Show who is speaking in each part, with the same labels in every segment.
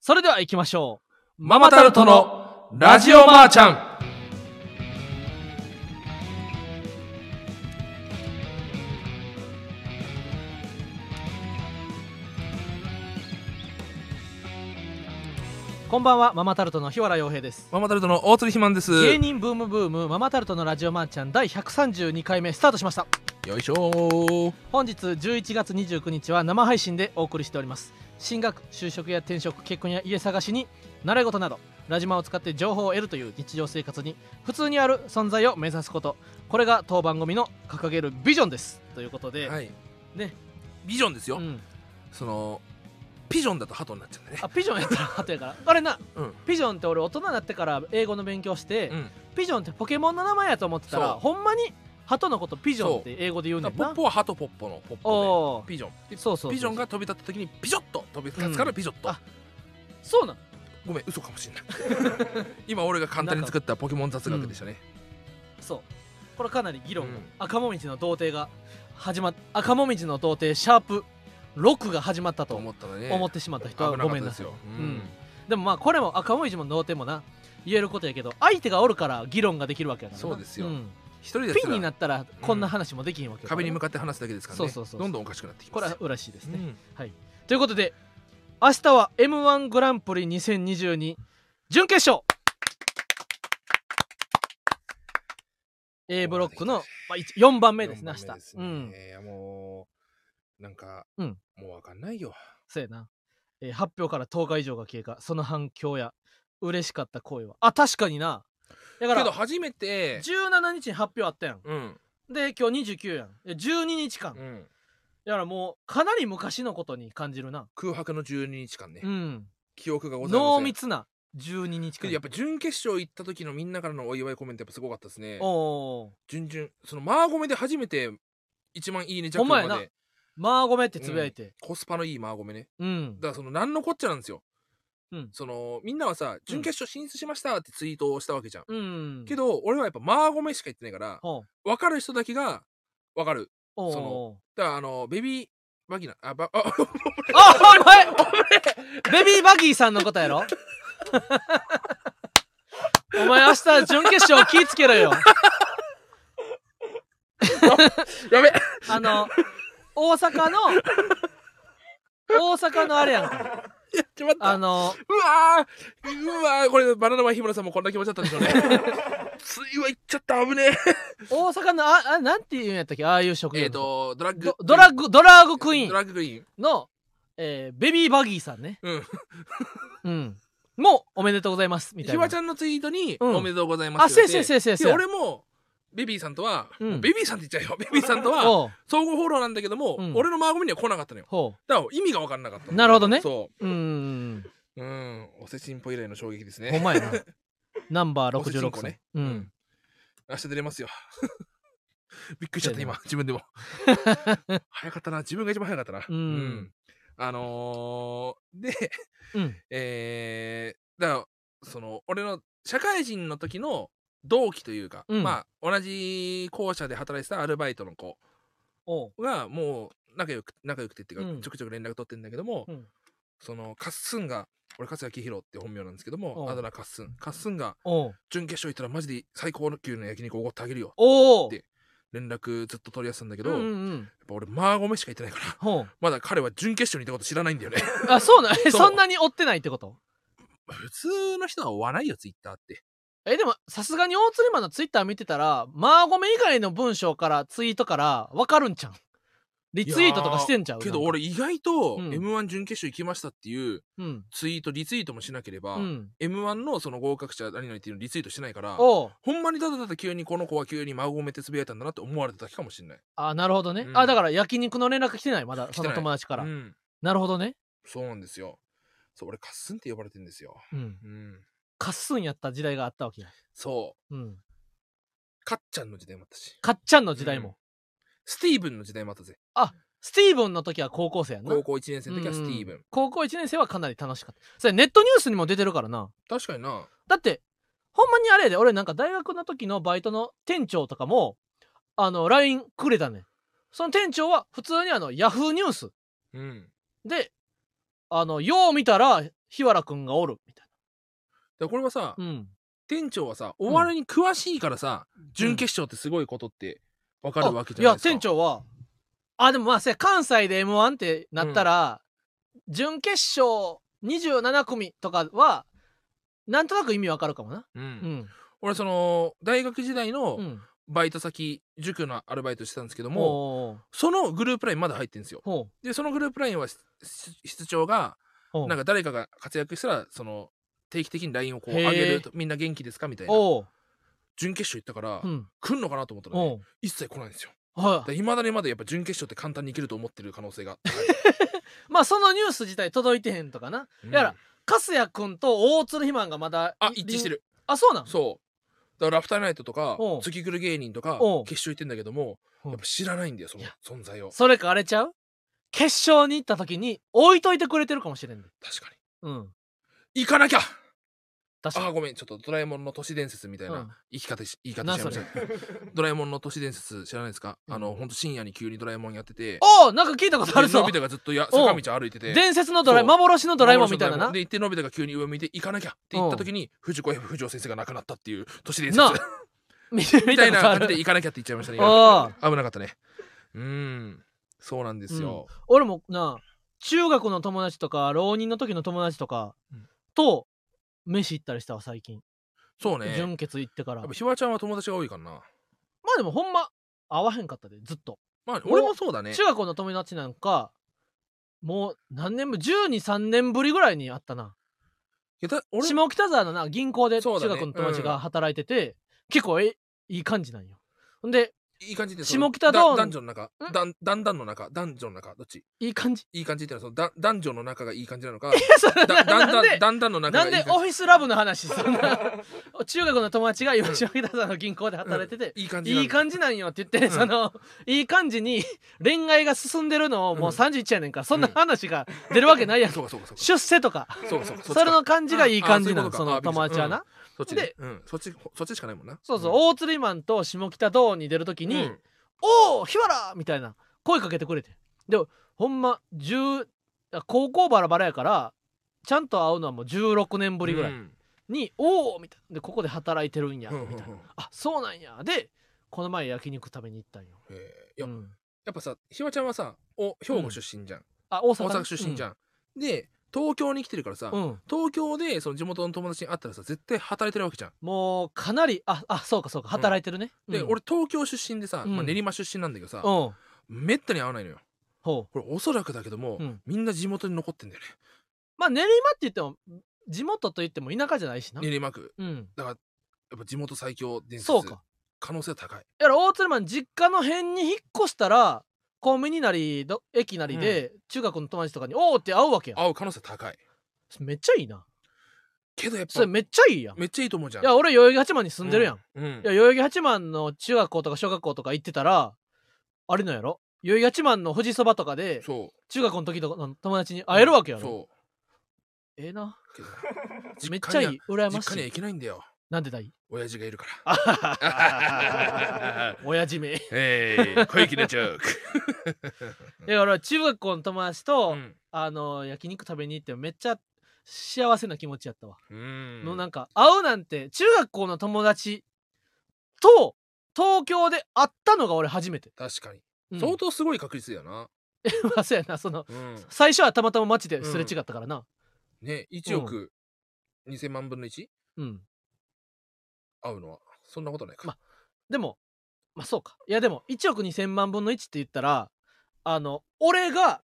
Speaker 1: それでは行きましょう。
Speaker 2: ママタルトのラジオマーちゃん。
Speaker 1: こんばんは、ママタルトの日原洋平です。
Speaker 2: ママタルトの大鳥ひまんです。
Speaker 1: 芸人ブームブームママタルトのラジオマーちゃん第132回目スタートしました。
Speaker 2: よいしょー。
Speaker 1: 本日11月29日は生配信でお送りしております進学就職や転職結婚や家探しに習い事などラジマを使って情報を得るという日常生活に普通にある存在を目指すことこれが当番組の掲げるビジョンですということで、
Speaker 2: はい。
Speaker 1: ね。
Speaker 2: ビジョンですよ。
Speaker 1: うん、
Speaker 2: その、ピジョンだとハトになっちゃ うんだね。
Speaker 1: あピジョンやったら後や からあれな
Speaker 2: うん。
Speaker 1: ピジョンって俺大人になってから英語の勉強して、
Speaker 2: うん。
Speaker 1: ピジョンってポケモンの名前やと思ってたら
Speaker 2: そう
Speaker 1: ほんまに鳩のことピジョンって英語で言うね
Speaker 2: だ
Speaker 1: ん
Speaker 2: か
Speaker 1: な
Speaker 2: らポッポはハトポッポのポッポ
Speaker 1: おー
Speaker 2: で。ピジョン。で
Speaker 1: そうそうそう
Speaker 2: ピジョンが飛び立った時にピジョッと飛び立つからピジョット。
Speaker 1: あそうなん
Speaker 2: ごめん、嘘かも しれない。今俺が簡単に作ったポケモン雑学でしたね。
Speaker 1: そうこれかなり議論が、
Speaker 2: うん
Speaker 1: 赤もみじの童貞が始まっ赤もみじの童貞シャープ6が始まった
Speaker 2: と
Speaker 1: と
Speaker 2: 思ったらね。
Speaker 1: 思ってしまった人は
Speaker 2: 危な
Speaker 1: ご
Speaker 2: かっ
Speaker 1: め
Speaker 2: た
Speaker 1: ん
Speaker 2: で
Speaker 1: な
Speaker 2: す
Speaker 1: さい
Speaker 2: よ。
Speaker 1: う
Speaker 2: う
Speaker 1: ん
Speaker 2: ん。
Speaker 1: でもまあこれも赤もみじも童貞もな言えることやけど相手がおるから議論ができるわけやからな
Speaker 2: そうですよ
Speaker 1: ん
Speaker 2: 一人です
Speaker 1: ピン
Speaker 2: ら
Speaker 1: になったらこんな話もできへんわけやから
Speaker 2: 壁
Speaker 1: な
Speaker 2: に向かって話すだけですから
Speaker 1: そう
Speaker 2: ね
Speaker 1: そうそうそう
Speaker 2: どんどんおかしくなってき
Speaker 1: これ
Speaker 2: ます
Speaker 1: は嬉しいですね、
Speaker 2: うん
Speaker 1: ということで明日は m 1グランプリ2022準決勝 A ブロックの、まあ、一4番目ですね
Speaker 2: 四
Speaker 1: 明
Speaker 2: 番
Speaker 1: 日
Speaker 2: です
Speaker 1: う
Speaker 2: ね
Speaker 1: ん
Speaker 2: いやもうなんか、
Speaker 1: うん
Speaker 2: もうわかんないよ
Speaker 1: そうやな、えー発表から10日以上が経過その反響や嬉しかった声はあ確かになだか
Speaker 2: けど
Speaker 1: ら
Speaker 2: 初めて
Speaker 1: 17日に発表あったやん
Speaker 2: うん
Speaker 1: で今日29やんえ12日間
Speaker 2: うん
Speaker 1: だからもうかなり昔のことに感じるな
Speaker 2: 空白の12日間ね、
Speaker 1: うん
Speaker 2: 記憶がございませ
Speaker 1: 濃
Speaker 2: ん
Speaker 1: 密な12日
Speaker 2: け
Speaker 1: 間
Speaker 2: どやっぱ準決勝行った時のみんなからのお祝いコメントやっぱすごかったですね
Speaker 1: おー
Speaker 2: 準々そのマーゴメで初めて一万いいねジャ
Speaker 1: ほんま
Speaker 2: ッ
Speaker 1: や
Speaker 2: ク
Speaker 1: な
Speaker 2: まで
Speaker 1: マーゴメってつぶやいて
Speaker 2: コスパのいいマーゴメね
Speaker 1: うん
Speaker 2: だからその何のこっちゃなんですよ、
Speaker 1: うん
Speaker 2: そのみんなはさ準決勝進出しましたってツイートをしたわけじゃん、
Speaker 1: うん
Speaker 2: けど俺はやっぱマーゴメしか言ってないから
Speaker 1: ほう
Speaker 2: 分かる人だけが分かる
Speaker 1: お
Speaker 2: そ
Speaker 1: お
Speaker 2: のだからあのベビーバギナあ ばあ
Speaker 1: あお前ベビーバギーさんのことやろ お前明日準決勝気ぃつけろよ
Speaker 2: やべ
Speaker 1: あの、大阪の、大阪のあれやんか。
Speaker 2: やっちまった
Speaker 1: あの、
Speaker 2: うわーうわーこれバナナマン日村さんもこんな気持ちだったん でしょうねついは行っちゃった危ね
Speaker 1: 大阪の、あ、あなんていうんやったっけああいう職
Speaker 2: え
Speaker 1: 業。
Speaker 2: えっとドラッグ
Speaker 1: ド、ドラッ
Speaker 2: グ
Speaker 1: グ、ドラッグクイー
Speaker 2: ド
Speaker 1: ン
Speaker 2: ラッグクイーン
Speaker 1: の、えーベビーバギーさんね。
Speaker 2: うん。
Speaker 1: うん。もう、おめでとうございます。みたい
Speaker 2: ひ
Speaker 1: な。
Speaker 2: わちゃんのツイートに「
Speaker 1: うん
Speaker 2: おめでとうございま
Speaker 1: あ、
Speaker 2: す」
Speaker 1: せいせいせいせいせい。
Speaker 2: で俺もベビーさんとは、
Speaker 1: うん
Speaker 2: ベビーさんって言っちゃうよベビーさんと は
Speaker 1: おう
Speaker 2: 総合フォローなんだけども、
Speaker 1: うん
Speaker 2: 俺の孫には来なかったのよ
Speaker 1: ほ
Speaker 2: だから意味が分からなかったの
Speaker 1: なるほどね。
Speaker 2: そう
Speaker 1: うー ん。
Speaker 2: ううんおせちんぽ以来の衝撃です
Speaker 1: ほん
Speaker 2: ね
Speaker 1: まやな。 ナンバー
Speaker 2: おせちん
Speaker 1: 66
Speaker 2: こ
Speaker 1: 歳。
Speaker 2: ね
Speaker 1: う。
Speaker 2: うん明日出れますよ びっくりしちゃった
Speaker 1: 出れま
Speaker 2: 今自分 でも早かったな自分が一番早かったな
Speaker 1: うん
Speaker 2: あのー、で
Speaker 1: うん。
Speaker 2: えー、だからその俺の社会人の時の同期というか、
Speaker 1: うん
Speaker 2: まあ同じ校舎で働いてたアルバイトの子
Speaker 1: おう。
Speaker 2: がもう仲良く仲良くてっていうか、
Speaker 1: うん
Speaker 2: ちょくちょく連絡取ってんだけども、
Speaker 1: うん
Speaker 2: そのカッスンが俺春日ロって本名なんですけど
Speaker 1: お
Speaker 2: も
Speaker 1: う
Speaker 2: あだ名カッスンカッスンが
Speaker 1: おう。
Speaker 2: 準決勝行ったらマジで最高級の焼肉おごってあげるよ
Speaker 1: おう。
Speaker 2: で連絡ずっと取り合ってたんだけ
Speaker 1: う
Speaker 2: ど、
Speaker 1: んう
Speaker 2: やっ
Speaker 1: んうん。
Speaker 2: ぱ俺マーゴメしか言ってないから
Speaker 1: ほう。
Speaker 2: まだ彼は準決勝に行ったこと知らないんだよね
Speaker 1: あ、そうなんえ
Speaker 2: そう
Speaker 1: そんなに追ってないってこと
Speaker 2: 普通の人は追わないよツイッターって
Speaker 1: えでもさすがに大鶴マンのツイッター見てたらマーゴメ以外の文章からツイートから分かるんちゃうんリツイートとかしてんちゃう
Speaker 2: けど
Speaker 1: なんか
Speaker 2: 俺意外と
Speaker 1: うん
Speaker 2: m 1準決勝行きましたっていう
Speaker 1: うん
Speaker 2: ツイートリツイートもしなければ、
Speaker 1: うん
Speaker 2: m 1のその合格者何々っていうのリツイートしてないから
Speaker 1: おう
Speaker 2: ほんまにただただ急にこの子は急に孫をめてつぶやいたんだなって思われただけかもしれない
Speaker 1: あなるほどね、
Speaker 2: うん
Speaker 1: あだから焼肉の連絡来てないまだ
Speaker 2: 来て
Speaker 1: そ
Speaker 2: ない
Speaker 1: の友達から、
Speaker 2: うん、
Speaker 1: なるほどね
Speaker 2: そうなんですよそう俺カッスンって呼ばれてんですよ
Speaker 1: うん
Speaker 2: うん
Speaker 1: カッスンやった時代があったわけや
Speaker 2: そう
Speaker 1: うん
Speaker 2: かっちゃんの時代もあったし
Speaker 1: かっちゃんの時代も、
Speaker 2: うんスティーブンの時代もあったぜ
Speaker 1: スティーブンの時は高校生やんな
Speaker 2: 高校1年生の時はスティーブン、
Speaker 1: うん高校1年生はかなり楽しかったそれネットニュースにも出てるからな
Speaker 2: 確かにな
Speaker 1: だってほんまにあれやで俺なんか大学の時のバイトの店長とかもあの LINE くれたねんその店長は普通にあのヤフーニュース
Speaker 2: うん
Speaker 1: であのよう見たら日原くんがおるみたい
Speaker 2: らこれはさ、
Speaker 1: なうん
Speaker 2: 店長はさお笑いに詳しいからさ、準決勝ってすごいことって分かるわけじゃないですか、
Speaker 1: や店長はあでもまあせや関西で m 1ってなったら、準決勝27組とかはなんとなく意味わかるかもな
Speaker 2: うん
Speaker 1: うん、
Speaker 2: 俺その大学時代
Speaker 1: う
Speaker 2: の
Speaker 1: ん、
Speaker 2: バイト先、塾のアルバイトしてたんですけども
Speaker 1: も
Speaker 2: そのグループラインまだ入ってるんですよ
Speaker 1: うほ
Speaker 2: でそのグループラインはしし室長が
Speaker 1: うほう
Speaker 2: なん
Speaker 1: か
Speaker 2: か誰かが活躍したらその定期的に LINE をこう
Speaker 1: へ
Speaker 2: 上
Speaker 1: ー
Speaker 2: げるとみんな元気ですかみたいな
Speaker 1: おう
Speaker 2: 準決勝行ったから、
Speaker 1: うん
Speaker 2: 来んのかなと思ったら、ね
Speaker 1: おう
Speaker 2: 一切来ないんですよ
Speaker 1: はい
Speaker 2: いまだにまだやっぱ準決勝って簡単にいけると思ってる可能性が
Speaker 1: まあそのニュース自体届いてへんとかな
Speaker 2: うん
Speaker 1: やら粕谷君と大鶴肥満がまだ
Speaker 2: あ一致して
Speaker 1: る
Speaker 2: る
Speaker 1: あそうなん
Speaker 2: そうだからラフターナイトとか
Speaker 1: おう
Speaker 2: 月来る芸人とか
Speaker 1: おう
Speaker 2: 決勝行ってんだけども
Speaker 1: うん
Speaker 2: やっぱ知らないんだよその
Speaker 1: いや
Speaker 2: 存在を
Speaker 1: それかあれちゃう決勝に行った時に置いといてくれてるかもしれんで
Speaker 2: 確か
Speaker 1: うん
Speaker 2: に行かなきゃ
Speaker 1: 確か
Speaker 2: あ
Speaker 1: に
Speaker 2: ーごめんちょっとドラえもんの都市伝説みたい
Speaker 1: うん
Speaker 2: な言い方し言い方
Speaker 1: な
Speaker 2: しちゃい
Speaker 1: そ
Speaker 2: まし
Speaker 1: れ
Speaker 2: た ドラえもんの都市伝説知らないですか、
Speaker 1: うん
Speaker 2: あの本当深夜に急にドラえもんやってて
Speaker 1: おおなんか聞いたことある
Speaker 2: での
Speaker 1: ぞ
Speaker 2: び太がずっとや
Speaker 1: おう
Speaker 2: 坂道歩いて て
Speaker 1: 伝説のドラえ
Speaker 2: そう
Speaker 1: 幻のドラえもんみたいなな
Speaker 2: で行ってのび太が急に上向いて行かなきゃって言った時に藤子 F 不二雄先生が亡くなったっていう都市伝説
Speaker 1: な みた
Speaker 2: みたい
Speaker 1: い
Speaker 2: な
Speaker 1: なあ
Speaker 2: 感じで
Speaker 1: る
Speaker 2: 行かなきゃって言っちゃいましたね今
Speaker 1: ああ
Speaker 2: 危なかったねうーんそうなんですよ、
Speaker 1: 俺もな中学の友達とか浪人の時の友達とか
Speaker 2: うん
Speaker 1: と飯行ったりしたわ最近
Speaker 2: そうねやっ
Speaker 1: 純潔行ってからま
Speaker 2: ぱひわちゃんは友達が多いからな
Speaker 1: あでもほんま会わへんかったでずっと
Speaker 2: まあ
Speaker 1: もう
Speaker 2: 俺もそうだね
Speaker 1: 中学校の友達なんかもう何年ぶり123年ぶりぐらいに会ったない
Speaker 2: やだ俺
Speaker 1: 下北沢のな銀行で
Speaker 2: そ
Speaker 1: 中
Speaker 2: うだね
Speaker 1: 学の友達が働いてて、結構えいい感じなんよほんで
Speaker 2: いい感じで
Speaker 1: 下北沢の
Speaker 2: ダンジョンの中ダンダンダンの中ダンジョンの中どっち
Speaker 1: いい感じ
Speaker 2: いい感じってのはそのダンダンジョンの中がいい感じなのか
Speaker 1: それ
Speaker 2: だだんだん
Speaker 1: なんで
Speaker 2: だんだんの中
Speaker 1: な
Speaker 2: が
Speaker 1: ん
Speaker 2: いい感
Speaker 1: で
Speaker 2: じ
Speaker 1: オフィスラブの話そん な中学の友達が今下北沢の銀行で働いてて、
Speaker 2: うんいい感じなんだ
Speaker 1: いい感じなんよって言って、
Speaker 2: うん
Speaker 1: そのいい感じに恋愛が進んでるのをもう
Speaker 2: うん
Speaker 1: 31やねんから、そんな話が出るわけない やん、
Speaker 2: そうかそうかそうか
Speaker 1: 出世とか
Speaker 2: そうかそうか
Speaker 1: それの感じがいい感じな
Speaker 2: う
Speaker 1: の
Speaker 2: んあ
Speaker 1: そ
Speaker 2: そういう
Speaker 1: の
Speaker 2: ことか
Speaker 1: 友達はな、
Speaker 2: そっち
Speaker 1: で
Speaker 2: でうんそっちそっちしかないもんな
Speaker 1: そうそう、
Speaker 2: うん
Speaker 1: 大釣りマンと下北道に出るときに「
Speaker 2: うん
Speaker 1: おお日原!」みたいな声かけてくれてでほんま10あ高校バラバラやからちゃんと会うのはもう16年ぶりぐらい
Speaker 2: うん
Speaker 1: に「おお!」みたいなでここで働いてるんや
Speaker 2: うんうんうん
Speaker 1: みたいな「あそうなんや」でこの前焼肉食べに行ったんよ、
Speaker 2: えーいうや
Speaker 1: ん、
Speaker 2: やっぱさひわちゃんはさお兵庫出身じゃん
Speaker 1: あ大阪
Speaker 2: 大阪出身じゃんで東京に来てるからさ
Speaker 1: うん、うん
Speaker 2: 東京でその地元の友達に会ったらさ絶対働いてるわけじゃん
Speaker 1: もうかなりああそうかそうか働いてるね、
Speaker 2: で
Speaker 1: うん
Speaker 2: 俺東京出身でさま
Speaker 1: う
Speaker 2: あ
Speaker 1: ん
Speaker 2: 練馬出身なんだけどさ
Speaker 1: うん
Speaker 2: めったに会わないのよ
Speaker 1: ほう
Speaker 2: これおそらくだけども
Speaker 1: うん
Speaker 2: みんな地元に残ってんだよ
Speaker 1: まあ練馬って言っても地元と言っても田舎じゃないしな、
Speaker 2: ね練馬区
Speaker 1: うん
Speaker 2: やっぱ地元最強伝説
Speaker 1: そうか
Speaker 2: 可能性は高い
Speaker 1: やら大鶴マン実家の辺に引っ越したらコンビニなりど駅なりで、中学の友達とかに「おお!」って会うわけや
Speaker 2: 会う可能性は高い
Speaker 1: めっちゃいいな
Speaker 2: けどやっ
Speaker 1: そ
Speaker 2: ぱ
Speaker 1: れめっちゃいいやんい
Speaker 2: めっちゃいいと思うじゃん
Speaker 1: や俺代々木八幡に住んでるやん、
Speaker 2: うんうん
Speaker 1: いや代々木八幡の中学校とか小学校とか行ってたらあれなんやろ代々木八幡の富士そばとかで
Speaker 2: そう
Speaker 1: 中学の時とかの友達に会えるわけやろ、
Speaker 2: そ
Speaker 1: ええな
Speaker 2: うけ ど
Speaker 1: めっちゃいい羨
Speaker 2: 実家に
Speaker 1: ま
Speaker 2: は実家には
Speaker 1: しい
Speaker 2: 行けないんだよ
Speaker 1: なんでだ い
Speaker 2: 親父がいるから
Speaker 1: 親父め
Speaker 2: えー、小雪のジョーク、
Speaker 1: だから中学校の友達と、
Speaker 2: うん
Speaker 1: あの焼肉食べに行ってめっちゃ幸せな気持ちやったわ
Speaker 2: うん、
Speaker 1: のなんか会うなんて中学校の友達と東京で会ったのが俺初めて、
Speaker 2: 確かに、
Speaker 1: うん、
Speaker 2: 相当すごい確率だよな、
Speaker 1: ま あそうやなその
Speaker 2: うん、
Speaker 1: 最初はたまたま街ですれ違ったからな
Speaker 2: ね1億2000万分の1
Speaker 1: うん、
Speaker 2: 合うのはそんなことないか、
Speaker 1: までもまあそうかいやでも1億2,000万分の1って言ったらあの俺が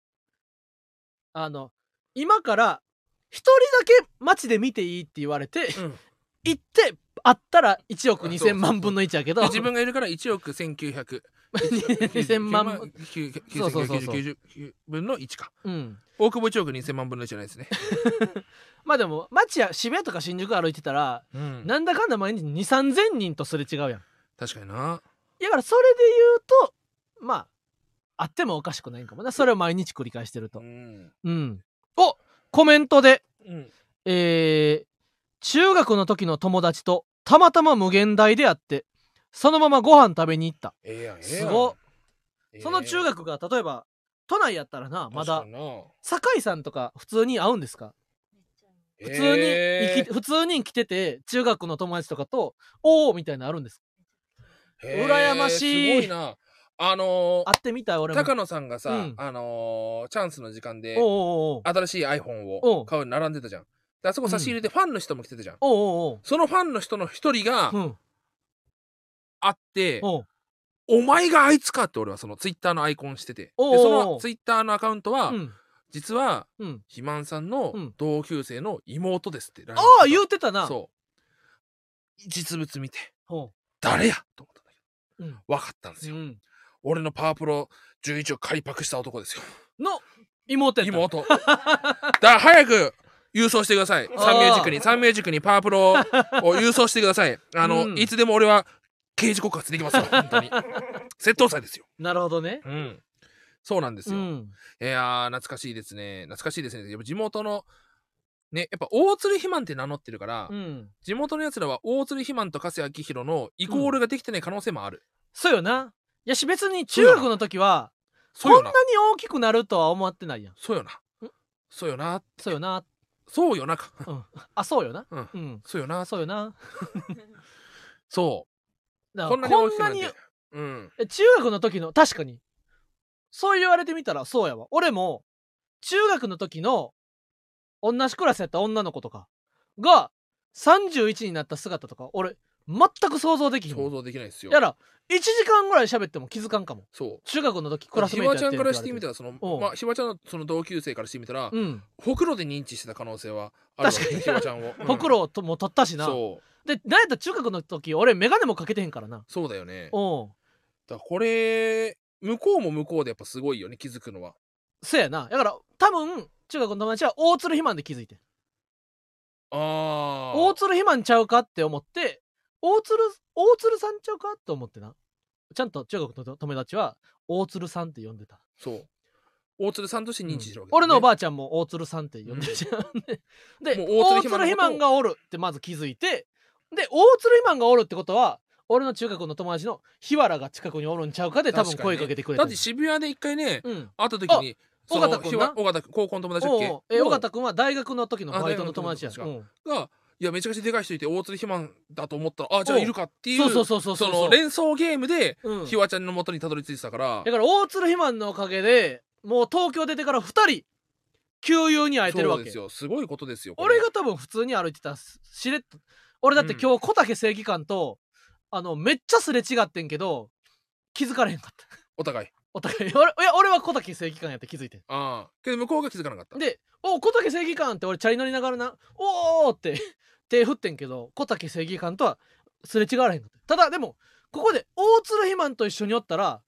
Speaker 1: あの今から一人だけ街で見ていいって言われて、
Speaker 2: うん
Speaker 1: 行って会ったら1億2,000万分の1やけど
Speaker 2: で自分がいるから1億1900
Speaker 1: 2000万分そうそうそうそう
Speaker 2: 9999分の1か
Speaker 1: うん
Speaker 2: 大久保1億2000万分の1じゃないですね、
Speaker 1: まあでも街や渋谷とか新宿歩いてたら
Speaker 2: うん、
Speaker 1: なんだかんだ毎日2 3 0 0 0人とすれ違うやん
Speaker 2: 確かにな
Speaker 1: だからそれで言うとまああってもおかしくないんかもなそれを毎日繰り返してると
Speaker 2: ん、
Speaker 1: うんおコメントで
Speaker 2: うん、
Speaker 1: えー中学の時の友達とたまたま無限大であってそのままご飯食べに行った
Speaker 2: ええやんええやん
Speaker 1: すごっ
Speaker 2: ええ
Speaker 1: その中学が例えば都内やったらなま
Speaker 2: 確
Speaker 1: だ
Speaker 2: かにな
Speaker 1: 酒井さんとか普通に会うんですか普通に生き、普通に生きてて中学の友達とかと「おお!」みたいなのあるんです
Speaker 2: へー
Speaker 1: 羨ましい
Speaker 2: すごいなあのー
Speaker 1: 会ってみたい俺も
Speaker 2: 高野さんがさ、
Speaker 1: うん
Speaker 2: あのーチャンスの時間で
Speaker 1: おおうおうおう
Speaker 2: 新しい iPhone
Speaker 1: お
Speaker 2: を
Speaker 1: う
Speaker 2: 買うに並んでたじゃんであそこ差し入れでファンの人も来てたじゃん、
Speaker 1: おうおう
Speaker 2: そのファンの人の一人が
Speaker 1: おううん
Speaker 2: あって、
Speaker 1: おう
Speaker 2: お前があいつかって俺はそのツイッターのアイコンしてて
Speaker 1: おう
Speaker 2: で
Speaker 1: おう
Speaker 2: そのツイッターのアカウントは、
Speaker 1: うん
Speaker 2: 実は
Speaker 1: うん
Speaker 2: 肥満さんの
Speaker 1: うん
Speaker 2: 同級生の妹ですって
Speaker 1: ああ言うてたな
Speaker 2: そう実物見て
Speaker 1: ほ
Speaker 2: 誰やと思ったん
Speaker 1: う
Speaker 2: だ
Speaker 1: うん
Speaker 2: けど分かったんです
Speaker 1: う
Speaker 2: よ、
Speaker 1: ん
Speaker 2: 俺のパワープロ11を仮パクした男ですよ
Speaker 1: の妹やった
Speaker 2: 妹だから早く郵送してください
Speaker 1: あー
Speaker 2: サンミュージックにサンミュージックにパワープロを郵送してくださいあの、
Speaker 1: うん
Speaker 2: いつでも俺は刑事告発できますよ 本当に窃盗罪ですよ
Speaker 1: なるほどね
Speaker 2: うんそうなんです
Speaker 1: う
Speaker 2: よ、
Speaker 1: ん
Speaker 2: いやー懐かしいですね懐かしいですねやっぱ地元のねやっぱ大鶴肥満って名乗ってるから、
Speaker 1: うん
Speaker 2: 地元のやつらは大鶴肥満と加瀬明宏のイコールができてない可能性もある、
Speaker 1: そうよないやし別に中学の時は
Speaker 2: そ
Speaker 1: こ
Speaker 2: うん
Speaker 1: な
Speaker 2: よ
Speaker 1: に
Speaker 2: な
Speaker 1: 大きくなるとは思ってないやん
Speaker 2: そうよなそうよな
Speaker 1: そうよな
Speaker 2: そうよなか
Speaker 1: あそうよな
Speaker 2: うん
Speaker 1: うん
Speaker 2: そうよな
Speaker 1: そうよな
Speaker 2: そ
Speaker 1: だ
Speaker 2: う
Speaker 1: から
Speaker 2: こんなに大きくなっ
Speaker 1: こん
Speaker 2: て
Speaker 1: なに
Speaker 2: うん
Speaker 1: え中学の時の確かにそう言われてみたらそうやわ俺も中学の時の同じクラスやった女の子とかが31になった姿とか俺全く想像できひん
Speaker 2: 想像できないですよ
Speaker 1: やら1時間ぐらい喋っても気づかんかも
Speaker 2: そう
Speaker 1: 中学の時ク
Speaker 2: ひ
Speaker 1: ラ
Speaker 2: わ
Speaker 1: スメイトやっ
Speaker 2: ち
Speaker 1: て
Speaker 2: ゃ
Speaker 1: る
Speaker 2: んからしてみた
Speaker 1: ら
Speaker 2: らその
Speaker 1: おう
Speaker 2: まあひわちゃんのその同級生からしてみたら
Speaker 1: うん
Speaker 2: ほくろで認知してた可能性はあるわけ
Speaker 1: 確かに
Speaker 2: ひわちゃんを、うん
Speaker 1: ほくろとも取ったしな
Speaker 2: そう
Speaker 1: で何やったら中学の時俺眼鏡もかけてへんからな
Speaker 2: そうだよね
Speaker 1: おう
Speaker 2: だからこれ向こうも向こうでやっぱすごいよね気づくのは
Speaker 1: そやなだから多分中学の友達は大鶴肥満で気づいてん
Speaker 2: あ
Speaker 1: 大
Speaker 2: あ
Speaker 1: 鶴肥満ちゃうかって思って大鶴大鶴さんちゃうかって思ってなちゃんと中国の友達は大鶴さんって呼んでた、
Speaker 2: そう大鶴さんとして認知してるわけ、
Speaker 1: 俺のおば
Speaker 2: あ
Speaker 1: あちゃんも大鶴さんって呼んでた、 で大
Speaker 2: もう大
Speaker 1: 鶴
Speaker 2: 鶴
Speaker 1: 肥
Speaker 2: 肥
Speaker 1: 満
Speaker 2: 満
Speaker 1: がおるってまず気づいてで大鶴肥満がおるってことは俺の中学の友達の日原が近くにおるんちゃうかで多分
Speaker 2: 確か
Speaker 1: 声
Speaker 2: にね
Speaker 1: かけてくれ
Speaker 2: だ
Speaker 1: た
Speaker 2: って渋谷で一回ね
Speaker 1: うん
Speaker 2: 会った時に
Speaker 1: あ
Speaker 2: その
Speaker 1: 尾形君
Speaker 2: ひ
Speaker 1: な
Speaker 2: わ尾形高校の友達だ
Speaker 1: お
Speaker 2: っ
Speaker 1: う
Speaker 2: け
Speaker 1: おうえ尾
Speaker 2: の
Speaker 1: 形君は大学の時のバイトの友達や
Speaker 2: あ
Speaker 1: し、
Speaker 2: 大学
Speaker 1: うん
Speaker 2: がいやめちゃくちゃでかい人いて大鶴肥満だと思ったらあじゃあいるかっていう
Speaker 1: そうそうそうそう
Speaker 2: そうの連想ゲームで
Speaker 1: うん
Speaker 2: ひわちゃんの元にたどり着いてたから
Speaker 1: だから大鶴肥満のおかげでもう東京出てから2人旧友に会えてるわ
Speaker 2: そう
Speaker 1: け
Speaker 2: ですよすごいことですよこれ
Speaker 1: 俺が多分普通に歩いてたらすしれっと俺だって今日小竹正義感と、あのめっちゃすれ違ってんけど気づかれへんかった
Speaker 2: お互い
Speaker 1: お互い俺いや俺は小竹正義感やって気づいてん
Speaker 2: ああけど向こうが気づかなかった
Speaker 1: で「お小竹正義感」って俺チャリ乗りながらな「おーって 手振ってんけど小竹正義感とはすれ違われへんかったただでもここで大鶴肥満と一緒におったら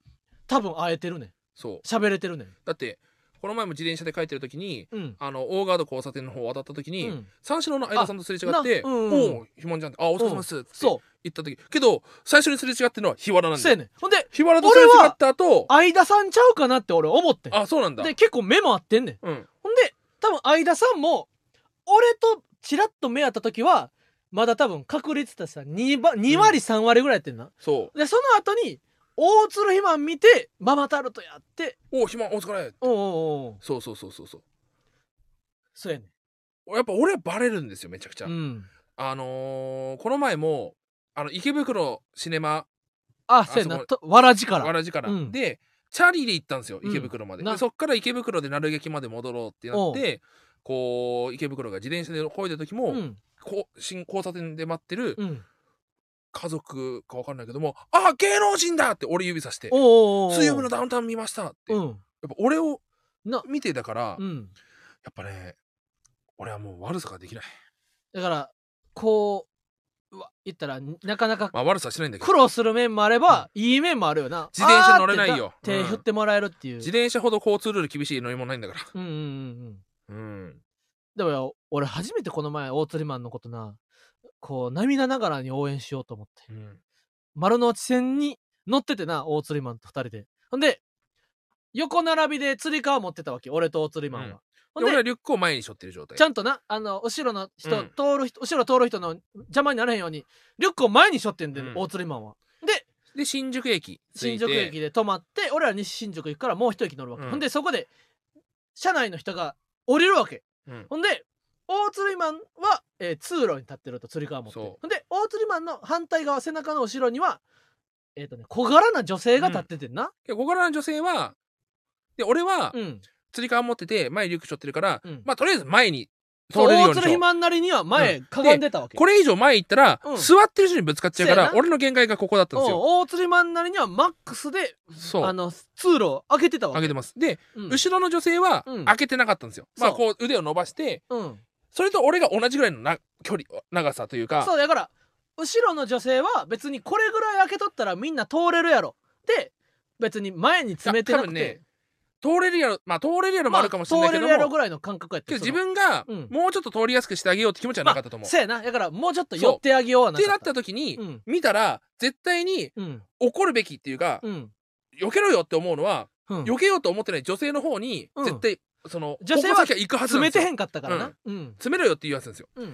Speaker 1: 多分会えてるねん
Speaker 2: そう
Speaker 1: 喋れてるねん
Speaker 2: だってこの前も自転車で帰ってる時に
Speaker 1: うん
Speaker 2: あの大ガード交差点の方を渡った時
Speaker 1: う
Speaker 2: に、
Speaker 1: ん
Speaker 2: 三四郎の相田さんとすれ違って「
Speaker 1: なうん
Speaker 2: おおひまんじゃん」って「あお疲れ様です」って
Speaker 1: そ
Speaker 2: 言った時けど最初にすれ違ってるのは日原な
Speaker 1: う。
Speaker 2: ん
Speaker 1: せ
Speaker 2: だ
Speaker 1: や
Speaker 2: よ
Speaker 1: ねん。ほんで、
Speaker 2: 日原とすれ違った後
Speaker 1: 相田さんちゃうかなって俺思ってん
Speaker 2: あそうなんだ
Speaker 1: で、結構目も合ってんねん。
Speaker 2: うん
Speaker 1: ほんで、多分相田さんも、俺とチラッと目合った時は、まだ多分確率としては 2, ば2割3割ぐらいやってんな。
Speaker 2: そう
Speaker 1: で、その後に、大鶴肥満見て、ママタルトやって、
Speaker 2: 「おおひまんお疲れ
Speaker 1: おうおうおう」
Speaker 2: そうそうそうそうそう
Speaker 1: そうやね
Speaker 2: やっぱ俺はバレるんですよめちゃくちゃ、
Speaker 1: ん。うん。
Speaker 2: あのーこの前もあの池袋シネマ
Speaker 1: あ、そうやな。
Speaker 2: そこと
Speaker 1: わらじから。
Speaker 2: わらじから、
Speaker 1: うん
Speaker 2: でチャリで行ったんですよ
Speaker 1: うん
Speaker 2: 池袋まで,、
Speaker 1: な
Speaker 2: でそっから池袋で鳴る劇まで戻ろうってなってこう池袋が自転車で漕いだ時も、
Speaker 1: うん。
Speaker 2: こう新交差点で待ってる
Speaker 1: うん。
Speaker 2: 家族かわかんないけども「あ芸能人だ!」って俺指さして
Speaker 1: おうおうお
Speaker 2: 「
Speaker 1: う
Speaker 2: 水曜日のダウンタウン見ました」って、
Speaker 1: う
Speaker 2: やっ
Speaker 1: ん。
Speaker 2: ぱ俺を
Speaker 1: な
Speaker 2: 見てだから、
Speaker 1: う
Speaker 2: や
Speaker 1: ん。
Speaker 2: っぱね俺はもう悪さができない
Speaker 1: だから、こう、うわ、言ったら、なかなか
Speaker 2: まあ悪さはしないんだけど
Speaker 1: 苦労する面もあれば、いい面もあるよな
Speaker 2: 自転車乗れないよ
Speaker 1: あーってな
Speaker 2: うん
Speaker 1: 手振ってもらえるっていう、うん、
Speaker 2: 自転車ほど交通ルール厳しい乗り物ないんだから
Speaker 1: うんうんうん
Speaker 2: うん
Speaker 1: でもよ俺初めてこの前大釣りマンのことなこう涙ながらに応援しようと思って
Speaker 2: うん
Speaker 1: 丸の内線に乗っててな大釣りマンと二人でほんで横並びで釣り革持ってたわけ俺と大釣りマンは、
Speaker 2: で
Speaker 1: ほん
Speaker 2: 俺
Speaker 1: で
Speaker 2: はリュックを前に背負ってる状態
Speaker 1: ちゃんとなあの後ろの人、
Speaker 2: うん
Speaker 1: 通る人後ろ通る人の邪魔にならへんようにリュックを前にしょってんで、
Speaker 2: うん
Speaker 1: 大釣りマンはで
Speaker 2: で新宿駅着
Speaker 1: 新
Speaker 2: いて
Speaker 1: 宿駅で止まって俺ら西新宿行くからもう一駅乗るわけ、
Speaker 2: うん
Speaker 1: ほんでそこで車内の人が降りるわけ
Speaker 2: うん
Speaker 1: ほんで大釣りマンは、えー通路に立ってると釣り革を持って
Speaker 2: そう
Speaker 1: ほんで大釣りマンの反対側背中の後ろにはえっ、とね小柄な女性が立っててんな、
Speaker 2: で小柄な女性はで俺は
Speaker 1: うん
Speaker 2: 釣り革持ってて前リュック背負ってるから、
Speaker 1: うん
Speaker 2: まあとりあえず前に通れるよ
Speaker 1: 大
Speaker 2: うにし
Speaker 1: 鶴
Speaker 2: よ
Speaker 1: ひ
Speaker 2: う
Speaker 1: まんなりには前かがんでたわけ、
Speaker 2: これ以上前行ったら、
Speaker 1: うん
Speaker 2: 座ってる人にぶつかっちゃう
Speaker 1: そ
Speaker 2: か
Speaker 1: う
Speaker 2: ら
Speaker 1: やな
Speaker 2: 俺の限界がここだったんですよ
Speaker 1: お大釣りマンなりにはマックスで
Speaker 2: そう
Speaker 1: あの通路を開けてたわけ
Speaker 2: 上げてますで、
Speaker 1: うん
Speaker 2: 後ろの女性は
Speaker 1: うん
Speaker 2: 開けてなかったんですよ、まあ
Speaker 1: そ
Speaker 2: こう腕を伸ばして
Speaker 1: うん、
Speaker 2: それと俺が同じぐらいのな距離長さというか
Speaker 1: そうだから後ろの女性は別にこれぐらい開けとったらみんな通れるやろで別に前に詰めてなくて、
Speaker 2: いや多分ね通れるやろまあ通れるやろもあるかもしれないけど
Speaker 1: まあ、通れるやろ
Speaker 2: も、
Speaker 1: ぐらいの感覚やった
Speaker 2: けど自分が
Speaker 1: うん
Speaker 2: もうちょっと通りやすくしてあげようって気持ちはなかったと思う、
Speaker 1: そうやなだからもうちょっと寄ってあげようはな
Speaker 2: って
Speaker 1: か
Speaker 2: な
Speaker 1: っ
Speaker 2: ったた時に、
Speaker 1: うん
Speaker 2: 見たら絶対に
Speaker 1: うん
Speaker 2: 怒るべきっていうか、
Speaker 1: うん
Speaker 2: 避けろよって思うのは、
Speaker 1: うん
Speaker 2: 避けようと思ってない女性の方に
Speaker 1: うん
Speaker 2: 絶対、その
Speaker 1: 女性は
Speaker 2: 矛先が行くはず
Speaker 1: 詰
Speaker 2: なん
Speaker 1: め
Speaker 2: です
Speaker 1: て
Speaker 2: よ
Speaker 1: へんかったからなうん
Speaker 2: 詰めろよって言うやつなんですよ
Speaker 1: うん、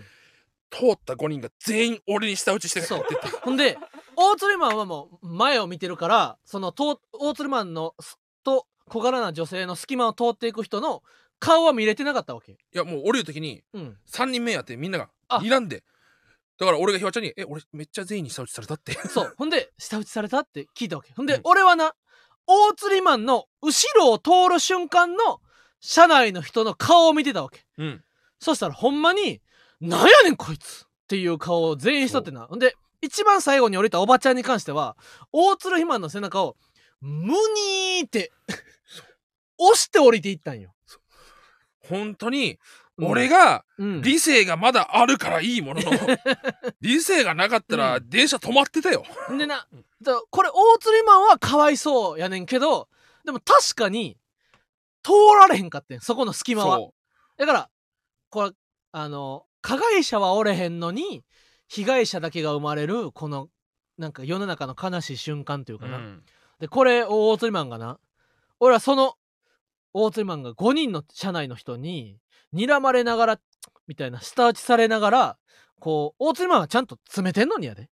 Speaker 2: 通った5人が全員俺に舌打ちして
Speaker 1: そう
Speaker 2: って言って
Speaker 1: ほんで大釣りマンはもう前を見てるからそのと大釣りマンのすと小柄な女性の隙間を通っていく人の顔は見れてなかったわけ
Speaker 2: いやもう降りる時に
Speaker 1: うん
Speaker 2: 3人目やってみんなが
Speaker 1: あ
Speaker 2: 睨んでだから俺がひわちゃんに「え俺めっちゃ全員に舌打ちされた」って
Speaker 1: そうほんで舌打ちされたって聞いたわけほんで、
Speaker 2: うん
Speaker 1: 俺はな大釣りマンの後ろを通る瞬間の車内の人の顔を見てたわけ
Speaker 2: うん
Speaker 1: そしたらほんまに「なんやねんこいつ!」っていう顔を全員しとってなほんで一番最後に降りたおばちゃんに関しては大鶴ひまんの背中を「むにー」って押して降りていったんよ。
Speaker 2: 本当に俺が
Speaker 1: うん、
Speaker 2: 理性がまだあるからいいもの の理性がなかったら
Speaker 1: う
Speaker 2: 電車止まってたよ
Speaker 1: うんでな
Speaker 2: うん
Speaker 1: とこれ大鶴ひまんはかわいそうやねんけどでも確かに通られへんかってんそこの隙間は。
Speaker 2: そう
Speaker 1: だからこれあの加害者はおれへんのに被害者だけが生まれるこのなんか世の中の悲しい瞬間というかな、
Speaker 2: うん
Speaker 1: でこれ大釣りマンがな俺はその大釣りマンが5人の社内の人に睨まれながらみたいな舌打ちされながらこう大釣りマンはちゃんと詰めてんのにやで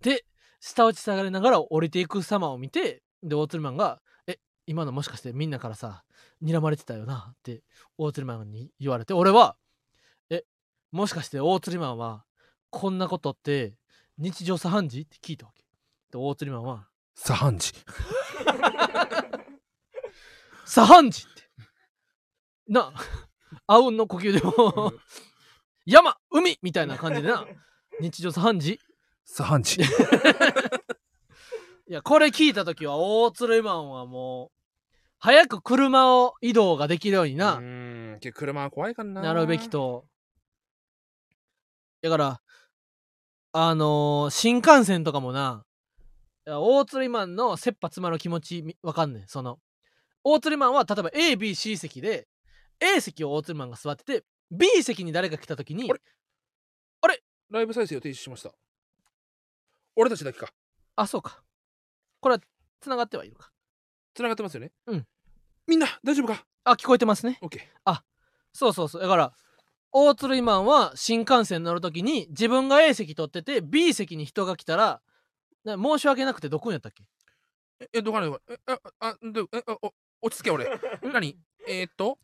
Speaker 1: で舌打ちされながら降りていく様を見てで大釣りマンが「え今のもしかしてみんなからさ睨まれてたよな」って大釣りマンに言われて俺は「えもしかして大釣りマンはこんなことって日常茶飯事?」って聞いたわけ。で大釣りマンは「
Speaker 2: 茶飯事
Speaker 1: サハンジって。なあ、あうんの呼吸でも、山、海みたいな感じでな、日常茶飯事。
Speaker 2: 茶飯事
Speaker 1: いや、これ聞いたときは、大鶴マンはもう、早く車を移動ができるように
Speaker 2: な
Speaker 1: な、
Speaker 2: うんけど車は怖いからな
Speaker 1: なるべきと。だから、あのー新幹線とかもな、いや大釣りマンの切羽詰まる気持ちみわかんねん。その、大釣りマンは例えば A、B、C 席で、A 席を大釣りマンが座ってて、B 席に誰か来た時に
Speaker 2: あ、ライブ再生を停止しました俺たちだけか
Speaker 1: あ、そうか。これは繋がってはいるか。
Speaker 2: 繋がってますよね
Speaker 1: うん
Speaker 2: みんな大丈夫か
Speaker 1: あ、聞こえてますね。
Speaker 2: オッケー
Speaker 1: そうそうそう。だから、大鶴マンは新幹線乗るときに自分が A 席取ってて B 席に人が来たら、な申し訳なくてどこにやったっけ
Speaker 2: ええどこかないえああどえあお落ち着け 俺何えー、っと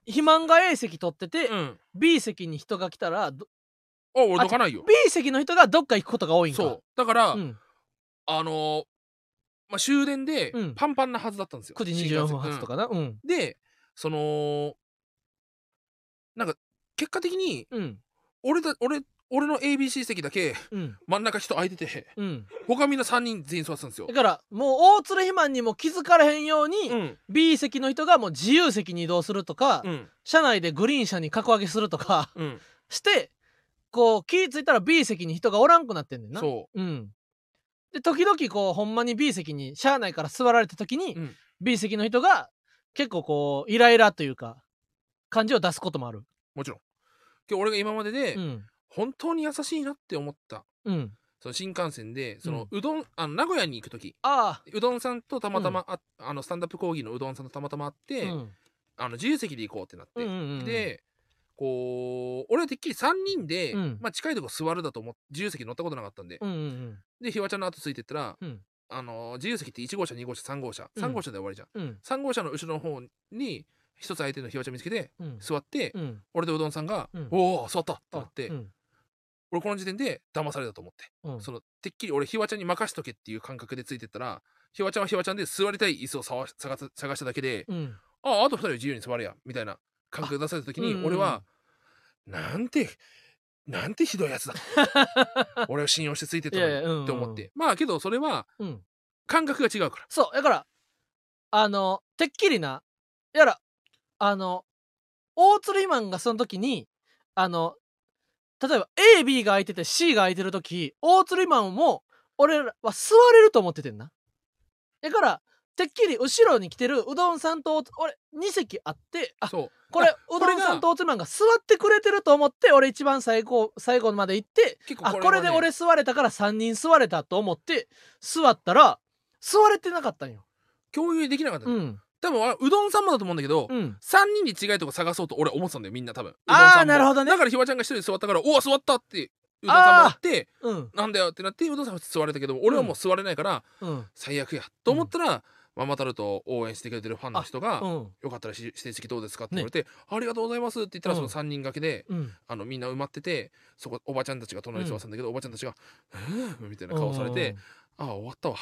Speaker 1: 肥満が A 席取ってて、
Speaker 2: うんあ
Speaker 1: B 席に人が来たらど
Speaker 2: 俺どかないよ
Speaker 1: B 席の人がどっか行くことが多いんか
Speaker 2: そうだから、
Speaker 1: ん、
Speaker 2: あのーまあ、終電で
Speaker 1: うん
Speaker 2: パンパンなはずだったんですよ、
Speaker 1: 9時24分発と
Speaker 2: か、
Speaker 1: かなうん
Speaker 2: うんでそのなんか結果的に
Speaker 1: うん
Speaker 2: 俺だ俺俺の ABC 席だけ
Speaker 1: うん
Speaker 2: 真ん中人空いてて
Speaker 1: うん
Speaker 2: 他みんな3人全員座ってたんですよ
Speaker 1: だ、からもう大鶴肥満にも気づかれへんように、
Speaker 2: うん、
Speaker 1: B 席の人がもう自由席に移動するとか、
Speaker 2: うん
Speaker 1: 車内でグリーン車に格上げするとか
Speaker 2: うん
Speaker 1: してこう気ぃついたら B 席に人がおらんくなってんねんな、
Speaker 2: そう
Speaker 1: ん、で時々こうほんまに B 席に車内から座られた時に、
Speaker 2: うん
Speaker 1: B 席の人が結構こうイライラというか感じを出すこともある
Speaker 2: うもちろん今日俺が今までで
Speaker 1: うん
Speaker 2: 本当に優しいなって思った
Speaker 1: うん
Speaker 2: その新幹線でそのうどん、あの名古屋に行く時
Speaker 1: あ
Speaker 2: うどんさんとたまたまあ、あのスタンダップ講義のうどんさんとたまたま会っ
Speaker 1: あ
Speaker 2: て、
Speaker 1: うん
Speaker 2: あの自由席で行こうってなって、
Speaker 1: うんうんうん
Speaker 2: でこう俺はてっきり3人で、
Speaker 1: うん
Speaker 2: まあ、近いとこ座るだと思って自由席乗ったことなかったんで、
Speaker 1: うんうん
Speaker 2: でひわちゃんの後ついてったら、
Speaker 1: うん
Speaker 2: あの自由席って1号車2号車3号車
Speaker 1: うん
Speaker 2: 3号車で終わりじゃん、
Speaker 1: うん
Speaker 2: 3号車の後ろの方に一つ相手のひわちゃん見つけて
Speaker 1: うん
Speaker 2: 座って、
Speaker 1: うん
Speaker 2: 俺とうどんさんが「
Speaker 1: うん
Speaker 2: おお座った!」と思って、
Speaker 1: うん
Speaker 2: 俺この時点で騙されたと思って、
Speaker 1: うん
Speaker 2: そのてっきり俺ひわちゃんに任しとけっていう感覚でついてったらひわちゃんはひわちゃんで座りたい椅子を探し探す探しただけで
Speaker 1: うん
Speaker 2: 「あああと二人は自由に座れや」みたいな感覚が出された時に、
Speaker 1: うんうん
Speaker 2: 俺は「なんてなんてひどいや つだ」俺を信用してついてったの
Speaker 1: いやいやうんうん
Speaker 2: にって思ってまあけどそれは
Speaker 1: うん
Speaker 2: 感覚が違うから。
Speaker 1: そうだからあのてっきりなやらあの大鶴ひまんがその時にあの例えば AB が空いてて C が空いてる時大鶴ひまんも俺らは座れると思っててんなだからてっきり後ろに来てるうどんさんと大鶴俺2席あってあ
Speaker 2: そう
Speaker 1: これう
Speaker 2: こ
Speaker 1: ど
Speaker 2: れ
Speaker 1: ん
Speaker 2: が
Speaker 1: さんと大鶴ひまんが座ってくれてると思って俺一番最後最後まで行って
Speaker 2: 結構
Speaker 1: あ
Speaker 2: これ,、
Speaker 1: これで俺座れたから3人座れたと思って座ったら座れてなかったんよ。
Speaker 2: 共有できなかった、
Speaker 1: うん
Speaker 2: 多分あうどんさんもだと思うんだけど、
Speaker 1: うん、
Speaker 2: 三3人で違いとこ探そうと俺思ってたんだよみんな多分
Speaker 1: あー
Speaker 2: うどんさんも
Speaker 1: なるほどね
Speaker 2: だからひわちゃんが一人で座ったから「おお座った!」ってうどんさんもあって
Speaker 1: うん
Speaker 2: 「なんだよ」ってなってうどんさんは座れたけど俺はもう座れないから
Speaker 1: うん
Speaker 2: 最悪やと思ったら、ママタルトを応援してくれてるファンの人が「
Speaker 1: うん
Speaker 2: よかったらし成績どうですか?」って言われて、ありがとうございます」って言ったら
Speaker 1: うん
Speaker 2: その3人掛けで、
Speaker 1: うん
Speaker 2: あのみんな埋まっててそこおばちゃんたちが隣に座ってたんだけど、おばちゃんたちが「うーん」みたいな顔されて、ああ終わったわ。
Speaker 1: う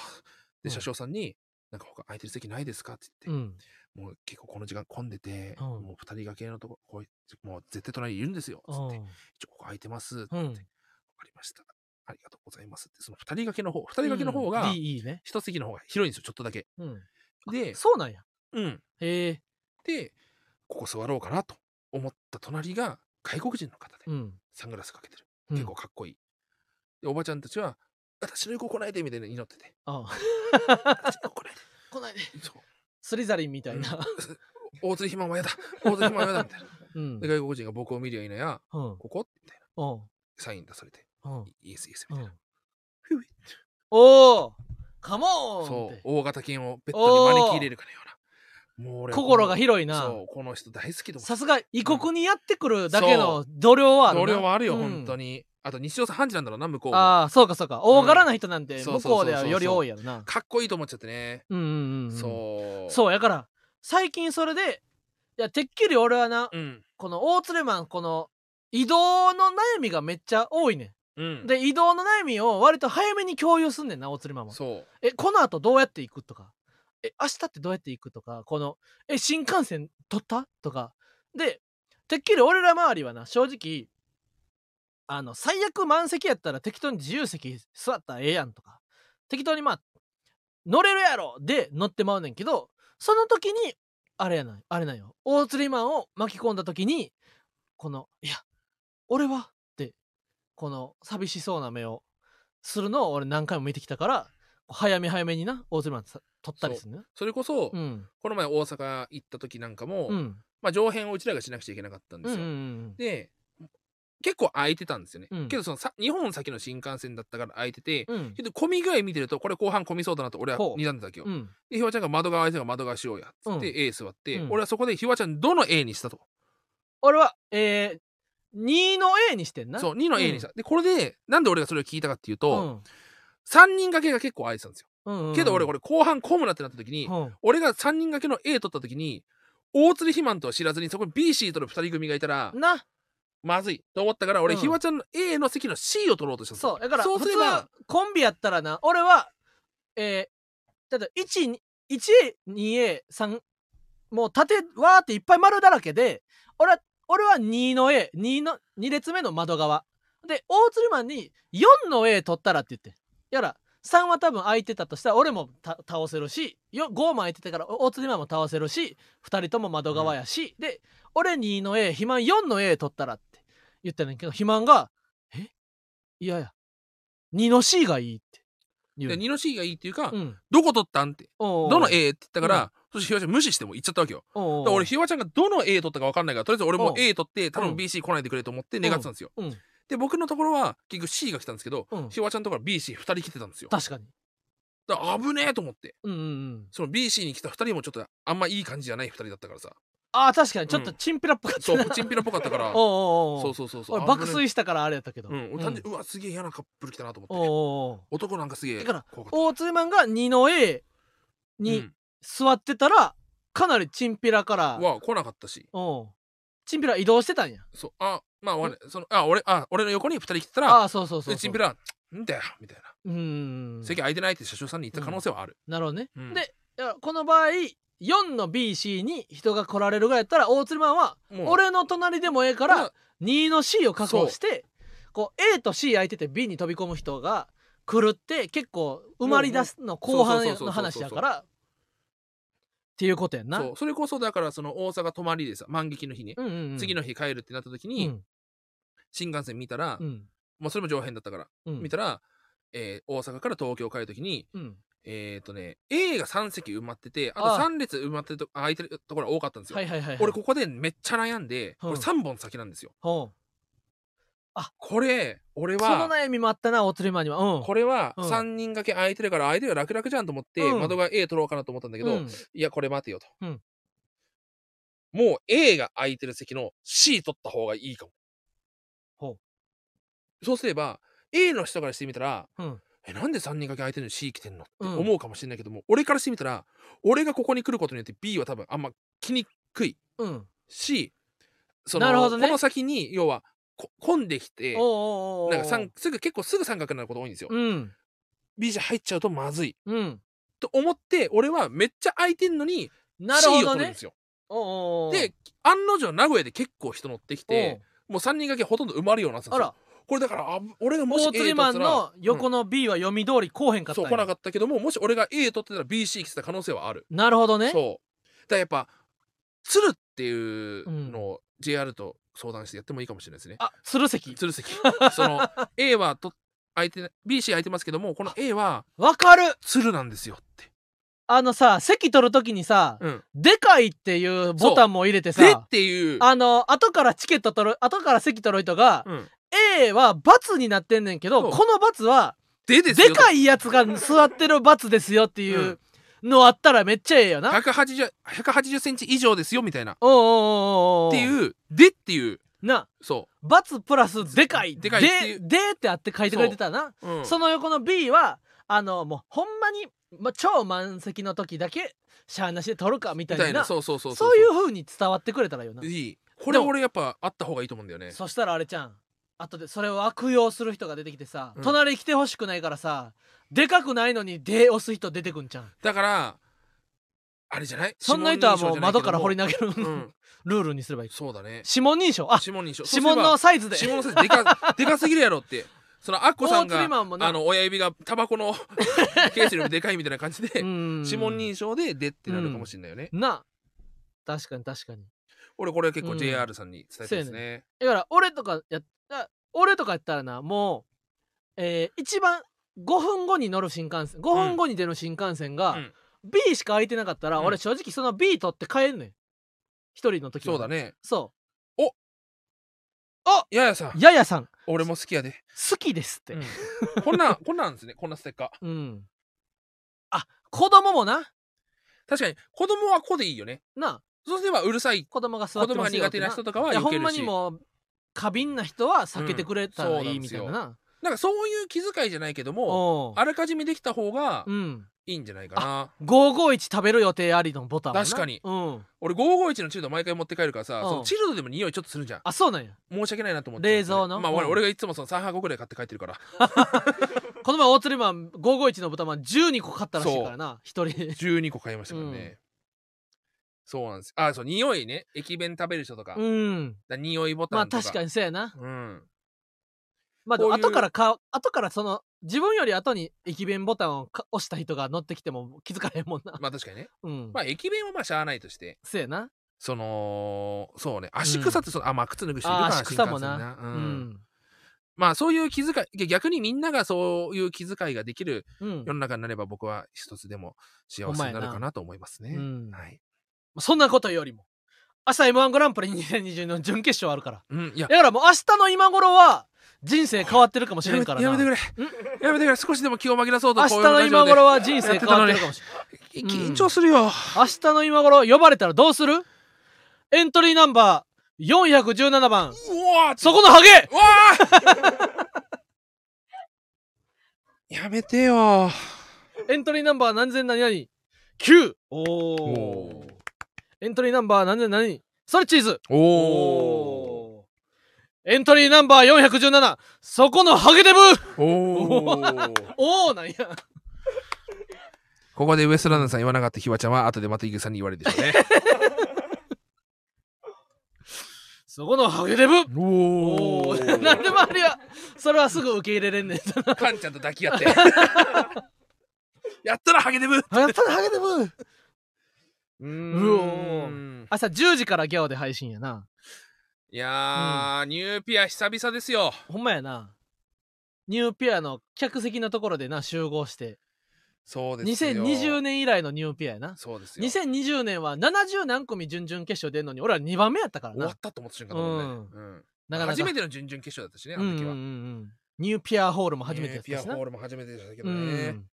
Speaker 2: で、
Speaker 1: ん
Speaker 2: 車掌さんに、なんか他空いてる席ないですかって
Speaker 1: う
Speaker 2: 言って、
Speaker 1: ん
Speaker 2: もう結構この時間混んでて、
Speaker 1: うん
Speaker 2: もう二人掛けのとこ、こういもう絶対隣にいるんですよ。つ
Speaker 1: う
Speaker 2: っ
Speaker 1: ん
Speaker 2: て、一応ここ空いてます。わか
Speaker 1: うん
Speaker 2: りました。ありがとうございます。って、その二人掛けの方、二人掛けの方
Speaker 1: う
Speaker 2: が
Speaker 1: ん、いいいいね、
Speaker 2: 一席の方が広いんですよ、ちょっとだけ。
Speaker 1: うん、
Speaker 2: で、
Speaker 1: そうなんや
Speaker 2: うん。
Speaker 1: へえ
Speaker 2: で、ここ座ろうかなと思った隣が、外国人の方で、
Speaker 1: うん
Speaker 2: サングラスかけてる。
Speaker 1: うん
Speaker 2: 結構かっこいい。で、おばちゃんたちは、私の横来ないでみたいな祈って て、
Speaker 1: あ
Speaker 2: 私の横来ない
Speaker 1: 来ないね
Speaker 2: で。そう。
Speaker 1: スリザリンみたいな
Speaker 2: 大鶴ひまんはやだ大鶴ひまんはやだみたいな。
Speaker 1: うん
Speaker 2: で外国人が僕を見るやいなや、
Speaker 1: うん
Speaker 2: ここみたいな。
Speaker 1: うん
Speaker 2: サイン出されて、
Speaker 1: うん
Speaker 2: イエスイエス
Speaker 1: う
Speaker 2: みたいな。
Speaker 1: ん
Speaker 2: ふい
Speaker 1: おおカモーンっ
Speaker 2: そう
Speaker 1: て、
Speaker 2: 大型犬をベッドに招き入れるかのような。もう俺はこの
Speaker 1: 心が広いな
Speaker 2: そう、この人大好きと思
Speaker 1: さすが異国にやってくるだけの度量はあ
Speaker 2: う。
Speaker 1: るな
Speaker 2: 同僚はあるよ、
Speaker 1: うん
Speaker 2: 本当に。あと、西尾さん、判事なんだろうな、向こうも。
Speaker 1: ああそうかそうか大柄な人なんて
Speaker 2: そう
Speaker 1: 向
Speaker 2: そう
Speaker 1: こ
Speaker 2: そううそう
Speaker 1: ではより多いやろな
Speaker 2: かっこいいと思っちゃってね。
Speaker 1: うんうんうん
Speaker 2: そう。
Speaker 1: そうやから最近それでいやてっきり俺はな、
Speaker 2: うん。
Speaker 1: この大鶴マンこの移動の悩みがめっちゃ多いね
Speaker 2: うん。
Speaker 1: んで移動の悩みを割と早めに共有すんねんな大鶴マンは
Speaker 2: そう。
Speaker 1: えこの後どうやって行くとかえ明日ってどうやって行くとかこのえ新幹線取ったとかでてっきり俺ら周りはな正直あの最悪満席やったら適当に自由席座ったらええやんとか適当にまあ乗れるやろで乗ってまうねんけどその時にあれやないあれなんよ大釣りマンを巻き込んだ時にこの「いや俺は」ってこの寂しそうな目をするのを俺何回も見てきたから早め早めにな大釣りマンさ取ったりするね
Speaker 2: それこそ、
Speaker 1: うん
Speaker 2: この前大阪行った時なんかも、
Speaker 1: うん
Speaker 2: まあ、上辺をうちらがしなくちゃいけなかったんで
Speaker 1: うんう
Speaker 2: す
Speaker 1: ん
Speaker 2: よ。
Speaker 1: うん
Speaker 2: で結構空いてたんですよね、
Speaker 1: うん
Speaker 2: けどそのさ日本先の新幹線だったから空いてて、
Speaker 1: うん
Speaker 2: けど混み具合見てるとこれ後半混みそうだなと俺は
Speaker 1: ほう
Speaker 2: 睨んでたわけよ、
Speaker 1: うん
Speaker 2: でひわちゃんが窓側空いてるから窓側しようやっつって
Speaker 1: う
Speaker 2: A 座って、
Speaker 1: うん
Speaker 2: 俺はそこでひわちゃんどの A にしたと、
Speaker 1: 俺はえー、2の A にしてんな
Speaker 2: そう2の A にした、でこれでなんで俺がそれを聞いたかっていう
Speaker 1: う
Speaker 2: と、
Speaker 1: ん
Speaker 2: 三3人掛けが結構空いてたんですよ、
Speaker 1: うんうん
Speaker 2: けど俺これ後半混むなってなった時に、
Speaker 1: うん
Speaker 2: 俺が3人掛けの A 取った時に大鶴肥満とは知らずにそこに B シートの2人組がいたら
Speaker 1: な
Speaker 2: まずいと思ったから俺、
Speaker 1: うん
Speaker 2: ひわちゃんの A の席の C を取ろうとしたんですよ
Speaker 1: そうだから
Speaker 2: そう
Speaker 1: 普
Speaker 2: す
Speaker 1: 通
Speaker 2: れば
Speaker 1: コンビやったらな俺はえー、ただ 1A2A3 もう縦わーっていっぱい丸だらけで俺は俺は2の A2 の2列目の窓側で大鶴マンに4の A 取ったらって言ってやら3は多分空いてたとしたら俺もた倒せるしよ5も空いてたからお大鶴マンも倒せるし2人とも窓側やし、で俺2の A 肥満4の A 取ったらって言ったんだけど肥満が「えいやいや2の C がいい」って言う
Speaker 2: で
Speaker 1: の
Speaker 2: 2の C がいいっていうか、
Speaker 1: うん
Speaker 2: どこ取ったんって
Speaker 1: おうおう
Speaker 2: どの A って言ったから、そしてひわちゃん無視してもう行っちゃったわけよ。
Speaker 1: おうお
Speaker 2: だ
Speaker 1: う
Speaker 2: から俺ひわちゃんがどの A 取ったか分かんないからとりあえず俺
Speaker 1: う
Speaker 2: も
Speaker 1: ん
Speaker 2: A 取って頼
Speaker 1: うん
Speaker 2: む BC 来ないでくれと思って願ってたんですよ。
Speaker 1: うん
Speaker 2: で僕のところは結局 C が来たんですけど、
Speaker 1: うん
Speaker 2: ひわちゃんのところは BC2 人来てたんですよ。だ
Speaker 1: 確かに
Speaker 2: から危ねえと思って
Speaker 1: うんうんうん
Speaker 2: その BC に来た2人もちょっとあんまいい感じじゃない2人だったからさ
Speaker 1: あー確かにちょっとチンピラっぽかった
Speaker 2: そ
Speaker 1: な、
Speaker 2: うチンピラっぽかったから
Speaker 1: おうおうおう
Speaker 2: そうそうそうそう
Speaker 1: 俺爆
Speaker 2: 危ね
Speaker 1: 睡したからあれやったけど、
Speaker 2: えうん俺単純にうわすげえ嫌なカップル来たなと思って、
Speaker 1: おうおうおう
Speaker 2: 男なんかすげえ
Speaker 1: だから
Speaker 2: 怖かっ
Speaker 1: 大鶴マンが2の A
Speaker 2: た
Speaker 1: に
Speaker 2: うん
Speaker 1: 座ってたら、かなりチンピラから
Speaker 2: は来なかったし
Speaker 1: うんチンピラ移動してたんや
Speaker 2: そうあまあ俺そのあ俺あ俺の横に2人来てたら
Speaker 1: ああそうそうそうそう
Speaker 2: でチンピラは「んだよ」みたいな、
Speaker 1: うーん
Speaker 2: 席空いてないって車掌さんに言った可能性はある、
Speaker 1: なるほどね、
Speaker 2: うん
Speaker 1: でだからこの場合4の BC に人が来られるぐらいやったら大鶴マンは
Speaker 2: もう
Speaker 1: 俺の隣でもええか
Speaker 2: ま
Speaker 1: ら
Speaker 2: あ
Speaker 1: 2の C を確保してこう A と C 空いてて B に飛び込む人が来るって結構埋まり出すの後半
Speaker 2: そうそうそうそう
Speaker 1: の話やからっていうことやんな。
Speaker 2: そうそれこそだからその大阪泊まりでさ満劇の日に、
Speaker 1: うんうんうん、
Speaker 2: 次の日帰るってなった時に、
Speaker 1: うん
Speaker 2: 新幹線見たら、
Speaker 1: うん
Speaker 2: まあ、それも上辺だったから、
Speaker 1: うん、
Speaker 2: 見たら、えー大阪から東京帰る時に
Speaker 1: うん、
Speaker 2: えっ、とね A が3席埋まっててあ
Speaker 1: ああ
Speaker 2: と3列埋まってると空いてるところが多かったんですよ、
Speaker 1: はいはいはい、はい、
Speaker 2: 俺ここでめっちゃ悩んで、
Speaker 1: うん
Speaker 2: これ3本先なんですよ
Speaker 1: ほ
Speaker 2: これ俺
Speaker 1: うその
Speaker 2: は
Speaker 1: 悩みもあったな大鶴マンには。うん、
Speaker 2: これは
Speaker 1: うん
Speaker 2: 3人掛け空いてるから相手が楽々じゃんと思って、
Speaker 1: うん
Speaker 2: 窓が A 取ろうかなと思ったんだけど、
Speaker 1: うん
Speaker 2: いやこれ待てよと、
Speaker 1: うん
Speaker 2: もう A が空いてる席の C 取った方がいいかも
Speaker 1: ほ
Speaker 2: そうすれば A の人からしてみたら、
Speaker 1: うん
Speaker 2: えなんで3人掛け空いてるのに C 来てんのって
Speaker 1: うん
Speaker 2: 思うかもしれないけども、俺からしてみたら俺がここに来ることによって B は多分あんま来にくい
Speaker 1: うん、
Speaker 2: しその
Speaker 1: なるほどね
Speaker 2: この先に要はこ混んできて
Speaker 1: おうおうおうおう
Speaker 2: なんかさんすぐ結構すぐ三角になること多いんですよ。
Speaker 1: うん、
Speaker 2: B 社入っちゃうとまずい
Speaker 1: うん、
Speaker 2: と思って俺はめっちゃ空いてんのに
Speaker 1: な
Speaker 2: C
Speaker 1: る
Speaker 2: を
Speaker 1: ほど
Speaker 2: 取るん
Speaker 1: ね
Speaker 2: で。すよ。
Speaker 1: おうおうおう
Speaker 2: で案の定名古屋で結構人乗ってきてもう3人掛けほとんど埋まるようになってた
Speaker 1: おうあ
Speaker 2: んです
Speaker 1: ら
Speaker 2: よ。これだからあ俺がもし
Speaker 1: 大
Speaker 2: A 取
Speaker 1: 釣
Speaker 2: って
Speaker 1: り
Speaker 2: た
Speaker 1: マン
Speaker 2: ら
Speaker 1: の横の B は読み通りこうへんかった
Speaker 2: そ
Speaker 1: ん
Speaker 2: う
Speaker 1: や
Speaker 2: 来なかったけどももし俺が A 取ってたら BC 来てた可能性はある。
Speaker 1: なるほどね
Speaker 2: そうだからやっぱ鶴っていうのを JR と相談してやってもいいかもしれないですね。
Speaker 1: あ鶴関
Speaker 2: 鶴関 その A はと空いてない BC 空いてますけどもこの A は
Speaker 1: わかる
Speaker 2: 鶴なんですよって。
Speaker 1: あのさ席取るときにさ、
Speaker 2: うん
Speaker 1: でかいっていうボタンも入れて
Speaker 2: でっ
Speaker 1: さ
Speaker 2: ていう。
Speaker 1: あの後からチケット取る後から席取る人が、
Speaker 2: うん
Speaker 1: A は×になってんねんけ
Speaker 2: そ
Speaker 1: ど
Speaker 2: う
Speaker 1: この×は
Speaker 2: でですよ
Speaker 1: でかいやつが座ってる×ですよっていうのあったらめっちゃええよな、
Speaker 2: 180 180センチ以上ですよみたいなっ
Speaker 1: おうおうおうお
Speaker 2: ていううでっていう
Speaker 1: な
Speaker 2: そ
Speaker 1: ×プラスでかい
Speaker 2: でかいっていう
Speaker 1: ででってあって書いてくれてたな
Speaker 2: う、うん
Speaker 1: その横の B はあのもうほんまに、ま、超満席の時だけしゃあなしで取るかみたい
Speaker 2: み
Speaker 1: な
Speaker 2: たいなそうそうそう
Speaker 1: そういう風に伝わってくれたらよな
Speaker 2: ういいこれ俺やっぱあった方がいいと思うんだよね
Speaker 1: そしたらあれちゃん後でそれを悪用する人が出てきてさ、
Speaker 2: うん
Speaker 1: 隣来てほしくないからさでかくないのに「で」押す人出てくんじゃん
Speaker 2: だからあれじゃない
Speaker 1: そんな人はもう窓から掘り
Speaker 2: な
Speaker 1: 投げる、
Speaker 2: うん
Speaker 1: ルールにすればいい
Speaker 2: そうだね
Speaker 1: 指紋認証あ
Speaker 2: 指紋認証
Speaker 1: 指紋のサイズで
Speaker 2: 指紋の先でかでかすぎるやろってそのアッコさん
Speaker 1: 大釣り
Speaker 2: が
Speaker 1: マンもな
Speaker 2: あの親指がタバコのケースよりもでかいみたいな感じで指
Speaker 1: 指
Speaker 2: 紋認証ででってなるかもしれないよね、
Speaker 1: な確かに確かに
Speaker 2: 俺これは結
Speaker 1: う
Speaker 2: 構
Speaker 1: ん
Speaker 2: JR さんに伝えてですね、
Speaker 1: だから俺とかやった俺とかやったらなもう、えー、一番5分後に乗る新幹線5分後に出る新幹線が、
Speaker 2: うん
Speaker 1: B しか空いてなかったら、
Speaker 2: うん
Speaker 1: 俺正直その B 取って帰んねん一人の時は
Speaker 2: そうだね
Speaker 1: そ
Speaker 2: ややさん
Speaker 1: うややさん
Speaker 2: 俺も好きやで
Speaker 1: 好きですってうん、
Speaker 2: うんこんなんこんなんですねこんなステッカー
Speaker 1: あ子供もな
Speaker 2: 確かに子供は子でいいよね
Speaker 1: な
Speaker 2: そうすればうるさい
Speaker 1: 子供が座
Speaker 2: 子
Speaker 1: って
Speaker 2: 供
Speaker 1: ま
Speaker 2: が
Speaker 1: すよ
Speaker 2: 苦
Speaker 1: って
Speaker 2: 手
Speaker 1: な
Speaker 2: な人とかは
Speaker 1: や
Speaker 2: 避
Speaker 1: ほ
Speaker 2: け
Speaker 1: ん
Speaker 2: る
Speaker 1: ま
Speaker 2: し
Speaker 1: にもう過敏な人は避けてくれたらいいみたいな
Speaker 2: うんそう
Speaker 1: な、
Speaker 2: なんかそういう気遣いじゃないけども
Speaker 1: おう
Speaker 2: あらかじめできた方が
Speaker 1: うん
Speaker 2: いいんじゃないかな
Speaker 1: 551食べる予定ありのボタンもな
Speaker 2: 確かに
Speaker 1: うん
Speaker 2: 俺551のチルド毎回持って帰るからさ
Speaker 1: うん
Speaker 2: そのチルドでも匂いちょっとするじゃん
Speaker 1: あそうなんや
Speaker 2: 申し訳ないなと思って
Speaker 1: 冷蔵の
Speaker 2: まあ俺
Speaker 1: うん
Speaker 2: 俺がいつもその3箱ぐらい買って帰って るから
Speaker 1: この前大釣りマン551の豚まん12個買ったらしいからな一 人
Speaker 2: 12個買いましたからねそうなんですあそう匂いね駅弁食べる人とかだか
Speaker 1: うん
Speaker 2: ら匂いボ
Speaker 1: ま
Speaker 2: タ
Speaker 1: あ
Speaker 2: ンとか
Speaker 1: 確かにそうやな
Speaker 2: うん
Speaker 1: まあ
Speaker 2: こういう
Speaker 1: 後からか後からその自分より後に駅弁ボタンをか押した人が乗ってきても気づかへんもんな
Speaker 2: まあ確かにね
Speaker 1: うん
Speaker 2: まあ駅弁はまあしゃあないとして
Speaker 1: そうやな
Speaker 2: そのそうね足草ってその、あまあ靴脱ぐ人いる
Speaker 1: あ
Speaker 2: か
Speaker 1: ー
Speaker 2: ら
Speaker 1: 足草もな
Speaker 2: う
Speaker 1: うんん
Speaker 2: まあそういう気遣い逆にみんながそういう気遣いができる
Speaker 1: うん
Speaker 2: 世の中になれば僕は一つでも幸せになるかなと思いますね、
Speaker 1: うん
Speaker 2: はい、
Speaker 1: そんなことよりも明日 m 1グランプリ2020の準決勝あるから
Speaker 2: うん、いや
Speaker 1: だからもう明日の今頃は人生変わってるかもし
Speaker 2: や
Speaker 1: れ
Speaker 2: め
Speaker 1: ん
Speaker 2: て
Speaker 1: から
Speaker 2: や
Speaker 1: な
Speaker 2: めてくれやめてくれ少しでも気を紛らそうと
Speaker 1: 明日の今頃は人生変わってるかもしれん
Speaker 2: こういうラジオで緊張するよ、
Speaker 1: 明日の今頃呼ばれたらどうするエントリーナンバー417番
Speaker 2: うわー
Speaker 1: そこのハゲ
Speaker 2: うわーやめてよ
Speaker 1: エントリーナンバー何千何々9お
Speaker 2: お
Speaker 1: お
Speaker 2: ー
Speaker 1: エントリーナンバー何何何それチーズ
Speaker 2: おお
Speaker 1: おーエントリーナンバー417そこのハゲデブ
Speaker 2: おお
Speaker 1: おおなんや
Speaker 2: ここでウエストランドさん言わなかったひわちゃんは後でまたイグさんに言われるでしょう ね
Speaker 1: そこのハゲデブ
Speaker 2: お
Speaker 1: お
Speaker 2: お
Speaker 1: ー なんで周りはそれはすぐ受け入れれんねん
Speaker 2: カンちゃんと抱き合って やったらハゲデブう
Speaker 1: やっぱりハゲデブ
Speaker 2: ー
Speaker 1: ん朝10時からギャオで配信やない
Speaker 2: やー、ニューピア久々ですよ
Speaker 1: ほんまやなニューピアの客席のところでな集合して
Speaker 2: そうですよ
Speaker 1: 2020年以来のニューピアやな
Speaker 2: そうですよ
Speaker 1: 2020年は70何組準々決勝出んのに俺は2番目やったから
Speaker 2: 終わ
Speaker 1: な
Speaker 2: ったと思った瞬間だもんね、うん
Speaker 1: なかなか
Speaker 2: 初めての準々決勝だったしねあ
Speaker 1: うんう
Speaker 2: の
Speaker 1: ん
Speaker 2: 時
Speaker 1: うんう
Speaker 2: は、
Speaker 1: んニューピアホールも初めてやった
Speaker 2: ニュー
Speaker 1: し
Speaker 2: ピア
Speaker 1: な
Speaker 2: ホールも初めてでしたけど
Speaker 1: う
Speaker 2: ね、
Speaker 1: ん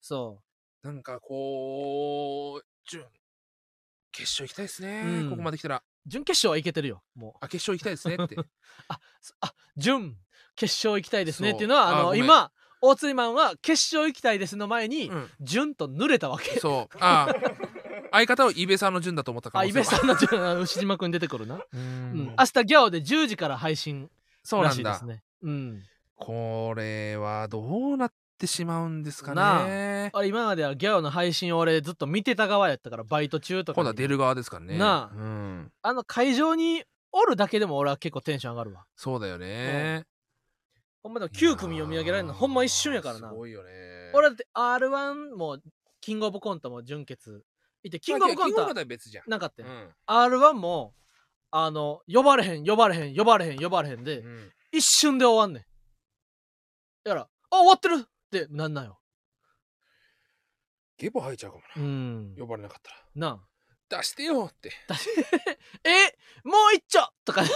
Speaker 1: そ
Speaker 2: なんかこう準決勝行きたいですね、
Speaker 1: うん
Speaker 2: ここまで来たら
Speaker 1: う準決勝はいけてるよもう
Speaker 2: あ決勝行きたいですねって
Speaker 1: そあ準決勝行きたいですね
Speaker 2: そう
Speaker 1: っていうのはあ
Speaker 2: あ
Speaker 1: の
Speaker 2: ごめん
Speaker 1: 今大釣りマンは決勝行き たいですの前に、
Speaker 2: うん
Speaker 1: 準と濡れたわけ
Speaker 2: そうあ相方をイベさんの順だと思ったか
Speaker 1: あ
Speaker 2: ら
Speaker 1: イベさんの準あの 牛島君出てくるな、
Speaker 2: う
Speaker 1: うんん、明日ギャオで10時から配信
Speaker 2: そう
Speaker 1: ら
Speaker 2: な
Speaker 1: し
Speaker 2: ん
Speaker 1: いで
Speaker 2: だ
Speaker 1: すねうん
Speaker 2: これはどうなってしまうんですか
Speaker 1: な
Speaker 2: ね
Speaker 1: あれ今まではギャオの配信を俺ずっと見てた側やったからバイト中とか
Speaker 2: 今
Speaker 1: に
Speaker 2: 度は出る側ですからね
Speaker 1: なあ
Speaker 2: うん、
Speaker 1: あの会場におるだけでも俺は結構テンション上がるわ
Speaker 2: そうだよね
Speaker 1: ほんまでも9組読み上げられるのほんま一瞬やからな
Speaker 2: すごいよね
Speaker 1: 俺だって r 1もキングオブコントも準決いてキングオブコント
Speaker 2: まあ
Speaker 1: は
Speaker 2: は別じゃん、
Speaker 1: なかった
Speaker 2: う
Speaker 1: よ、
Speaker 2: ん
Speaker 1: R1 も、あの、呼ばれへん、呼ばれへん、呼ばれへん、呼ばれへんで、
Speaker 2: うん
Speaker 1: 一瞬で終わんねん。やから、あ、終わってるってなんなよ。
Speaker 2: ゲボ吐いちゃうかも
Speaker 1: うん
Speaker 2: な。呼ばれなかった
Speaker 1: な
Speaker 2: ら出してよって
Speaker 1: あ。だしえ、もう一丁と かな。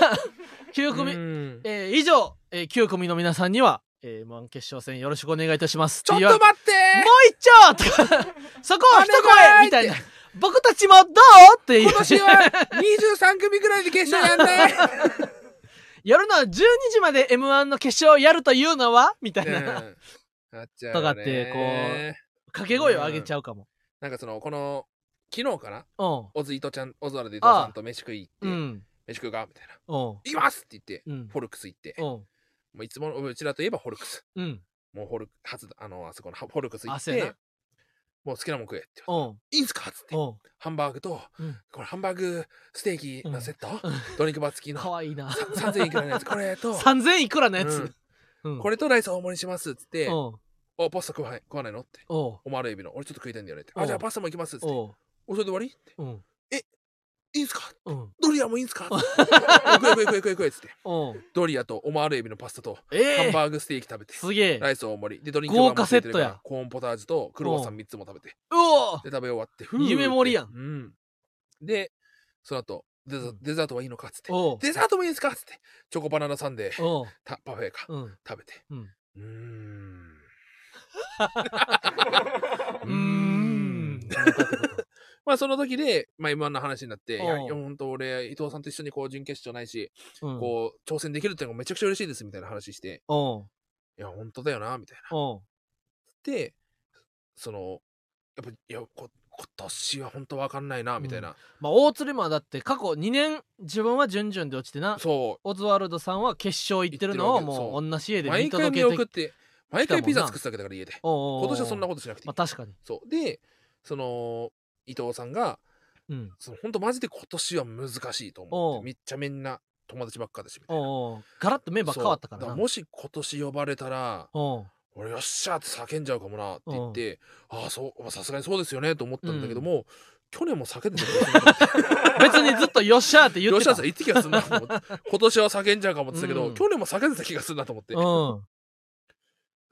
Speaker 1: 9組、
Speaker 2: うん
Speaker 1: えー以上、えー、9組の皆さんには、えー、満決勝戦よろしくお願いいたします。
Speaker 2: ちょっと
Speaker 1: 言わ
Speaker 2: 待って
Speaker 1: もう一丁とか、 そこを一
Speaker 2: お願
Speaker 1: 声
Speaker 2: い
Speaker 1: み
Speaker 2: ったて
Speaker 1: いな。僕たちもどうっていう
Speaker 2: 今。年は23組ぐらいで決勝やんない
Speaker 1: 夜の12時まで M1 の決勝をやるというのは みたいな。
Speaker 2: なっちゃうよね
Speaker 1: とかってこう掛け声を上げちゃうかも。
Speaker 2: なんかそのこの昨日かな
Speaker 1: うん。
Speaker 2: オズ伊藤ちゃんオズワルド伊藤さんと飯食い行
Speaker 1: う
Speaker 2: って
Speaker 1: ん。
Speaker 2: 飯食うかみたいな
Speaker 1: うん。
Speaker 2: 行きますって言って
Speaker 1: うん。
Speaker 2: フォルクス行って
Speaker 1: う
Speaker 2: も
Speaker 1: ん。
Speaker 2: ういつものうちらといえばフォルクス
Speaker 1: うん。
Speaker 2: もうフォルク初あのあそこのフォルクス行っ
Speaker 1: 汗や
Speaker 2: て
Speaker 1: な
Speaker 2: もう好きなもん食えって言われて
Speaker 1: うん。
Speaker 2: いいんすかっつって
Speaker 1: うん。
Speaker 2: ハンバーグと
Speaker 1: うん
Speaker 2: これハンバーグステーキのセット
Speaker 1: うん
Speaker 2: ドリンクバー付きの
Speaker 1: かわいいな。
Speaker 2: 3000円いくらのやつこれと
Speaker 1: 3000いくらのやつ。うん。
Speaker 2: これとライス大盛りにしますっつって
Speaker 1: う
Speaker 2: お
Speaker 1: ん。
Speaker 2: パスタ食わない食わないのって
Speaker 1: おう。
Speaker 2: オマールエビの俺ちょっと食いたいんだよねって
Speaker 1: う
Speaker 2: あ
Speaker 1: ん
Speaker 2: じゃあパスタもいきますっつって
Speaker 1: おう。
Speaker 2: おそれで終わり
Speaker 1: うん。
Speaker 2: いいんすか
Speaker 1: うん。
Speaker 2: ドリアもいいんすか 食え食え食え食え食えっつって
Speaker 1: おう。
Speaker 2: ドリアとオマールエビのパスタとハ
Speaker 1: え
Speaker 2: ン
Speaker 1: え。
Speaker 2: バーグステーキ食べて
Speaker 1: すげえ。
Speaker 2: ライス大盛りでドリンクバーも
Speaker 1: 豪華
Speaker 2: ついてるか
Speaker 1: セッ
Speaker 2: ら
Speaker 1: トや
Speaker 2: コーンポタージュとクロワッサン3つも食べて
Speaker 1: うお
Speaker 2: で食べ終わって
Speaker 1: 夢盛りやん
Speaker 2: ん、うん、でその後デザデザートはいいのかっつって
Speaker 1: おう。
Speaker 2: デザートもいいんすかっつってチョコバナナサンデー
Speaker 1: おう。
Speaker 2: たパフェか
Speaker 1: うん。
Speaker 2: 食べて
Speaker 1: うん
Speaker 2: うーん
Speaker 1: うーん。
Speaker 2: まあその時で、まあ、M1 の話になって、いや
Speaker 1: うん
Speaker 2: いや本当俺伊藤さんと一緒にこう準決勝ないし、
Speaker 1: うん
Speaker 2: こう挑戦できるってのがめちゃくちゃ嬉しいですみたいな話して
Speaker 1: おう。
Speaker 2: いや本当だよなみたいな。
Speaker 1: おう。
Speaker 2: でそのやっぱいやこ今年は本当わかんないなみたいな、
Speaker 1: まあ、大鶴マンだって過去2年、自分は順々で落ちてな。
Speaker 2: そ
Speaker 1: オズワルドさんは決勝行ってるのを
Speaker 2: 行ってるわけ
Speaker 1: もう同じ家
Speaker 2: う
Speaker 1: で
Speaker 2: 毎
Speaker 1: 見
Speaker 2: 回
Speaker 1: 届
Speaker 2: 見
Speaker 1: けて
Speaker 2: 送って毎
Speaker 1: 来たもん
Speaker 2: 回
Speaker 1: な
Speaker 2: ピザ作ってただけだから家で
Speaker 1: おうおうおう
Speaker 2: 今年はそんなことしなくていい
Speaker 1: まあ、確かに。
Speaker 2: そうでその伊藤さんが
Speaker 1: うん。
Speaker 2: その本当マジで今年は難しいと思っ
Speaker 1: おう
Speaker 2: てめっちゃみんな友達ばっかだしみたいな
Speaker 1: おうおうガラッとメンバー変わったから
Speaker 2: そうだ
Speaker 1: な。
Speaker 2: もし今年呼ばれたら
Speaker 1: おう
Speaker 2: 俺よっしゃーって叫んじゃうかもなって言って、ああそうまあさすがにそうですよねと思ったんだけども、去年も叫んでたよ
Speaker 1: 別にずっとよっしゃーって言
Speaker 2: よ
Speaker 1: っ
Speaker 2: ってしゃ
Speaker 1: た。
Speaker 2: ーって言って気がするなと思って今年は叫んじゃうかもって言ってたけど、
Speaker 1: うん
Speaker 2: 去年も叫んでた気がするなと思って、
Speaker 1: うん。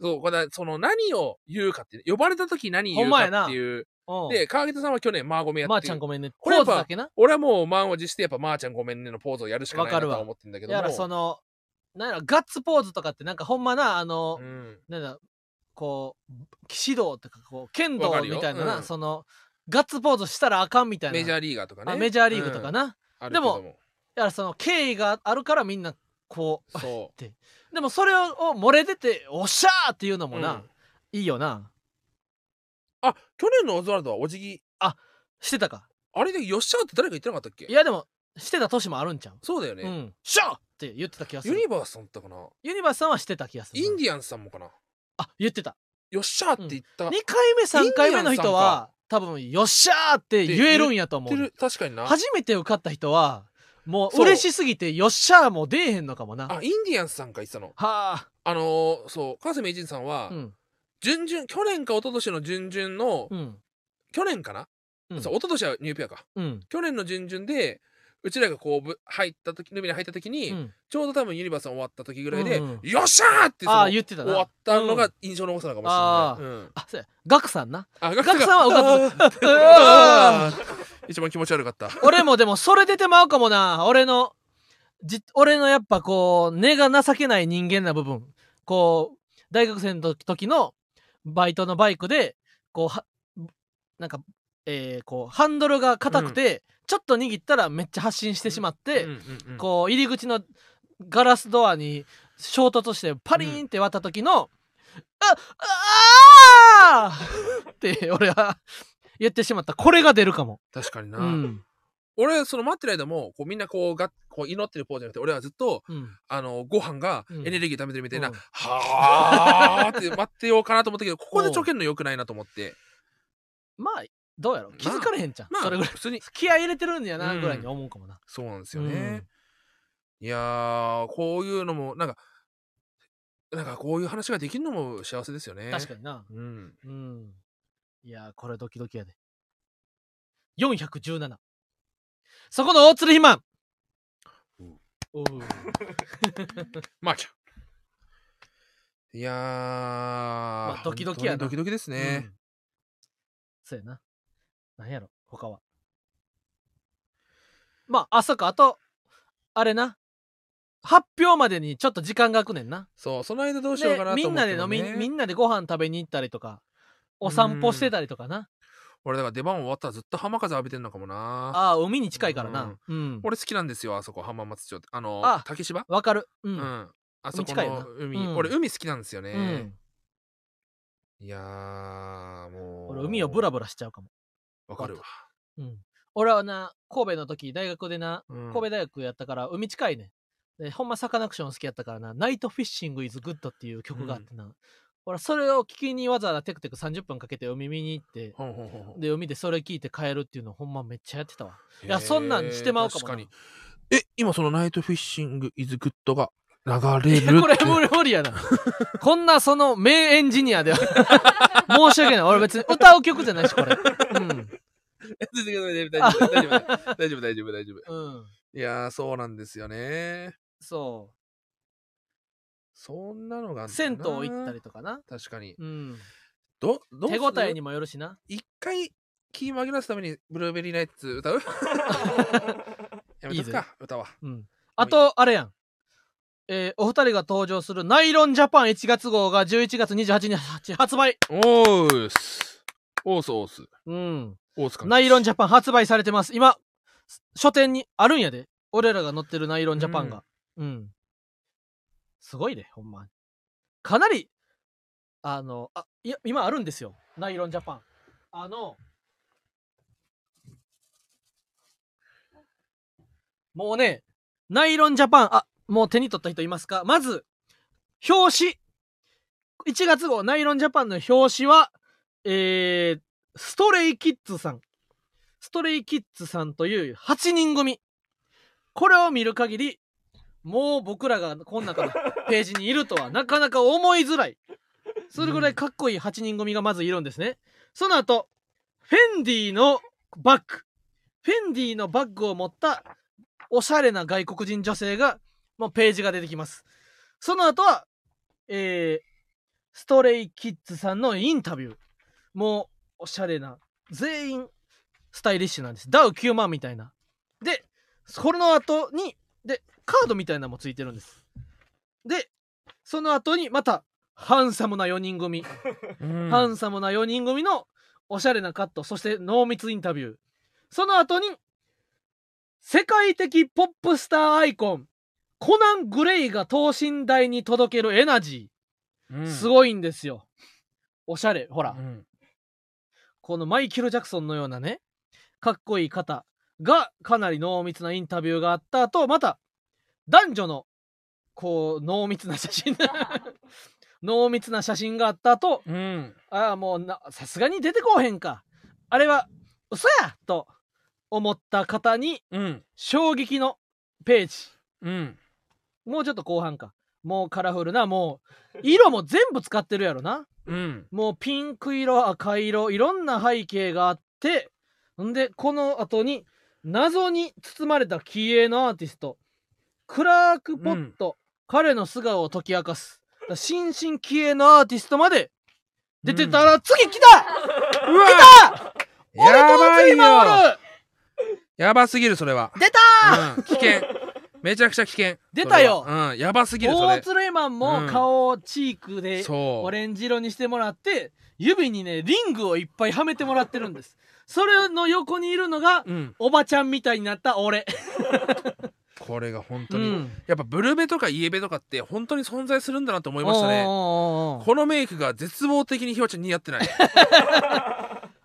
Speaker 2: そうこれその何を言うかって呼ばれた時何
Speaker 1: ほ
Speaker 2: 言
Speaker 1: ん
Speaker 2: う
Speaker 1: まや
Speaker 2: か
Speaker 1: な
Speaker 2: っていう
Speaker 1: おう
Speaker 2: で川北さんは去年マーゴメやってる、
Speaker 1: まあちゃんごめんね。
Speaker 2: こ
Speaker 1: ポ
Speaker 2: れ
Speaker 1: ー
Speaker 2: やっ
Speaker 1: ズ
Speaker 2: ぱ
Speaker 1: だけな。
Speaker 2: 俺はもう満を持してやっぱまーちゃんごめんねのポーズをやるしかないな
Speaker 1: わか
Speaker 2: と
Speaker 1: るわ
Speaker 2: は思ってんだけども
Speaker 1: やらその、なんやろ、ガッツポーズとかってなんかほんまな、あの
Speaker 2: う、ん
Speaker 1: なんだ、こう、騎士道とか、こう、剣道
Speaker 2: わかるよ
Speaker 1: みたいなな、
Speaker 2: うん
Speaker 1: その、ガッツポーズしたらあかんみたいな。
Speaker 2: メジャーリーガーとかね
Speaker 1: あメジャーリーグとか、な。
Speaker 2: うんある
Speaker 1: で
Speaker 2: け
Speaker 1: も
Speaker 2: ども
Speaker 1: やらその、敬意があるからみんな、こう、
Speaker 2: そう
Speaker 1: でもそれをを漏れ出て、おっしゃーっていう のもな、
Speaker 2: うん
Speaker 1: いいよな。
Speaker 2: あ去年のオズワルドはお辞儀
Speaker 1: してたか。
Speaker 2: あれでよっしゃーって誰か言ってなかったっけ
Speaker 1: いやでもしてた年もあるんちゃう、
Speaker 2: そうだよね、
Speaker 1: う
Speaker 2: よっ
Speaker 1: んっ
Speaker 2: しゃー
Speaker 1: て言ってた気がす
Speaker 2: ユ
Speaker 1: る
Speaker 2: ニバースさんだったかな
Speaker 1: ユニバースさんはしてた気がする
Speaker 2: インディアンスさんもかな
Speaker 1: あ言ってた
Speaker 2: よっしゃーって言った、
Speaker 1: 2回目3回目の人は多分よっしゃーって言えるんやと思
Speaker 2: 言って
Speaker 1: う
Speaker 2: る確かにな
Speaker 1: 初めて受かった人はもう
Speaker 2: そう
Speaker 1: 嬉しすぎてよっしゃーも出えへんのかもなは
Speaker 2: あインディアンスさんか言ってたの
Speaker 1: あ
Speaker 2: あのーそう川瀬名人さんは、
Speaker 1: うん
Speaker 2: 準々去年か一昨年の準々の、
Speaker 1: うん
Speaker 2: 去年かな、
Speaker 1: うん
Speaker 2: そう一昨年はニューペアか
Speaker 1: うん
Speaker 2: 去年の準々でうちらがこうぶ入った時ルミネ入った時に、
Speaker 1: うん
Speaker 2: ちょうど多分ユニバースさん終わった時ぐらいで、
Speaker 1: うんうん
Speaker 2: よっしゃーってそ
Speaker 1: あ
Speaker 2: の
Speaker 1: あ言ってた
Speaker 2: 終わ
Speaker 1: な
Speaker 2: ったの
Speaker 1: う
Speaker 2: が
Speaker 1: ん
Speaker 2: 印象の多さなのかもしれない、うん
Speaker 1: あそうやガクさんな
Speaker 2: あ
Speaker 1: ガクさんは受かった
Speaker 2: あ
Speaker 1: うわ
Speaker 2: あー一番気持ち悪かった
Speaker 1: 俺もでもそれ出てまうかもな俺のじ俺のやっぱこう根が情けない人間な部分こう大学生の時のバイトのバイクでこうはなんかえーこうハンドルが硬くて、ちょっと握ったらめっちゃ発進してしまって、
Speaker 2: うんうんうん
Speaker 1: こう入り口のガラスドアに衝突してパリーンって割った時の「あああ!」って俺は言ってしまったこれが出るかも。
Speaker 2: 確かにな、
Speaker 1: うん
Speaker 2: 俺その待ってる間もこうみんなこうがこう祈ってるポーズじゃなくて俺はずっと
Speaker 1: うん
Speaker 2: あのご飯が
Speaker 1: うん
Speaker 2: エネルギー貯めてるみたいな、
Speaker 1: うん
Speaker 2: はあ って待ってようかなと思ったけどここでちょけんのよくないなと思って
Speaker 1: まあどうやろ気づかれへんじゃん、
Speaker 2: まあ
Speaker 1: それぐらい
Speaker 2: 普通に
Speaker 1: 気合い入れてるんやな
Speaker 2: うん
Speaker 1: ぐらいに思うかもな、
Speaker 2: そうなんですよね、いやーこういうのもなんかなんかこういう話ができるのも幸せですよね
Speaker 1: 確かにな
Speaker 2: に、うん、
Speaker 1: うんいやーこれドキドキやで417そこの大鶴肥満
Speaker 2: うん
Speaker 1: おう
Speaker 2: まあきゃいやー、ま
Speaker 1: あドキドキやな
Speaker 2: ドキドキですね、
Speaker 1: うんそうやななんやろ他はまああそっかあとあれな発表までにちょっと時間が空くねんな
Speaker 2: そうその間どうしようかなと
Speaker 1: でみ
Speaker 2: 思
Speaker 1: ん
Speaker 2: っ
Speaker 1: な
Speaker 2: て
Speaker 1: で
Speaker 2: も
Speaker 1: 飲
Speaker 2: ね、
Speaker 1: みみんなでご飯食べに行ったりとかお散歩してたりとかな
Speaker 2: 俺だから出番終わったらずっと浜風浴びてんのかもな
Speaker 1: ああ海に近いからなうん
Speaker 2: 俺好きなんですよあそこ浜松町ってあの
Speaker 1: あ
Speaker 2: 竹芝
Speaker 1: わかるう
Speaker 2: うん、
Speaker 1: ん
Speaker 2: あそこ
Speaker 1: 近いよな
Speaker 2: の海、
Speaker 1: うん
Speaker 2: 俺海好きなんですよ
Speaker 1: う
Speaker 2: ね
Speaker 1: ん、
Speaker 2: いやーもう
Speaker 1: 俺海をブラブラしちゃうかも
Speaker 2: わかるわ、
Speaker 1: うん俺はな神戸の時大学でな
Speaker 2: うん
Speaker 1: 神戸大学やったから海近いねんでほんまサカナクション好きやったからな「ナイトフィッシング・イズ・グッド」っていう曲があってな俺それを聞きにわざわざテクテク30分かけて海見に行って
Speaker 2: ほんほんほんほん
Speaker 1: で海でそれ聞いて帰るっていうのほんまめっちゃやってたわい
Speaker 2: へ
Speaker 1: や
Speaker 2: ー
Speaker 1: そんなんしてまうかもな
Speaker 2: 確かにえ今そのナイトフィッシングイズグッドが流れ
Speaker 1: い
Speaker 2: る
Speaker 1: やこれ
Speaker 2: って
Speaker 1: 無理無理やなこんなその名エンジニアでは申し訳ない 俺別に歌う曲じゃないしこれうん
Speaker 2: 全然大丈夫大丈夫大丈夫大丈夫大丈夫
Speaker 1: うん
Speaker 2: いやーそうなんですよね
Speaker 1: そ
Speaker 2: そんなのがあ
Speaker 1: うん
Speaker 2: だよ
Speaker 1: 銭
Speaker 2: な
Speaker 1: 湯行ったりとかな、
Speaker 2: 確かに
Speaker 1: うん、
Speaker 2: どどう
Speaker 1: 手
Speaker 2: す
Speaker 1: 応
Speaker 2: る
Speaker 1: えにもよるしな
Speaker 2: 一回気紛らわすためにブルーベリーナイツ 歌うやめとく
Speaker 1: いいぜ
Speaker 2: か歌は
Speaker 1: うん、あとあれやん、えーお二人が登場する「ナイロンジャパン」1月号が11月28日発売、
Speaker 2: おーすおーすおーす
Speaker 1: うん、
Speaker 2: おーすか
Speaker 1: ナイロン
Speaker 2: ジ
Speaker 1: ジャパン発売されてます今書店にあるんやで俺らが乗ってるナイロンジャパンがうん、すごいねほんまかなりあのあいや今あるんですよナイロンジャパンあのもうねナイロンジャパンあもう手に取った人いますかまず表紙1月号ナイロンジャパンの表紙はえー、ストレイキッズさん。ストレイキッズさんという8人組。これを見る限り、もう僕らがこの中のページにいるとはなかなか思いづらい。それぐらいかっこいい8人組がまずいるんですね。その後、フェンディのバッグ。フェンディのバッグを持ったおしゃれな外国人女性が、もうページが出てきます。その後は、えー、ストレイキッズさんのインタビュー。もうおしゃれな全員スタイリッシュなんですダウ9万みたいなでこの後にでカードみたいなのもついてるんですでその後にまたハンサムな4人組、ハンサムな4人組のおしゃれなカットそして濃密インタビューその後に世界的ポップスターアイコンコナン・グレイが等身大に届けるエナジー、す
Speaker 2: い
Speaker 1: ごいんですよおしゃれほら、
Speaker 2: うん
Speaker 1: このマイケル・ジャクソンのようなねかっこいい方がかなり濃密なインタビューがあった後また男女のこう濃密な写 真濃密な写真があった後
Speaker 2: うん。
Speaker 1: ああもうなさすがに出てこうへんかあれは嘘やと思った方に
Speaker 2: うん。
Speaker 1: 衝撃のページ
Speaker 2: うん。
Speaker 1: もうちょっと後半かもうカラフルなもう色も全部使ってるやろな
Speaker 2: うん。
Speaker 1: もうピンク色赤色いろんな背景があってんでこの後に謎に包まれた気鋭のアーティストクラーク・ポット、彼の素顔を解き明かすだから新進気鋭のアーティストまで出てたら次来た、
Speaker 2: うわ
Speaker 1: 来た俺
Speaker 2: や
Speaker 1: と
Speaker 2: ば
Speaker 1: 次
Speaker 2: いよ
Speaker 1: 回る
Speaker 2: やばすぎる、それは。
Speaker 1: 出た
Speaker 2: うん、危険。めちゃくちゃ危険。
Speaker 1: 出たよ
Speaker 2: それはうん、やばすぎる、そ
Speaker 1: 大
Speaker 2: れ。
Speaker 1: 鶴イマンも
Speaker 2: うん
Speaker 1: 顔をチークで
Speaker 2: そう。
Speaker 1: オレンジ色にしてもらって指にねリングをいっぱいはめてもらってるんですそれの横にいるのが
Speaker 2: うん、
Speaker 1: おばちゃんみたいになった俺
Speaker 2: これが本当
Speaker 1: う
Speaker 2: に、
Speaker 1: ん
Speaker 2: やっぱブルベとかイエベとかって本当に存在するんだなと思い
Speaker 1: お
Speaker 2: ました
Speaker 1: ー
Speaker 2: ね
Speaker 1: おーおー
Speaker 2: このメイクが絶望的にひわちゃん似合ってない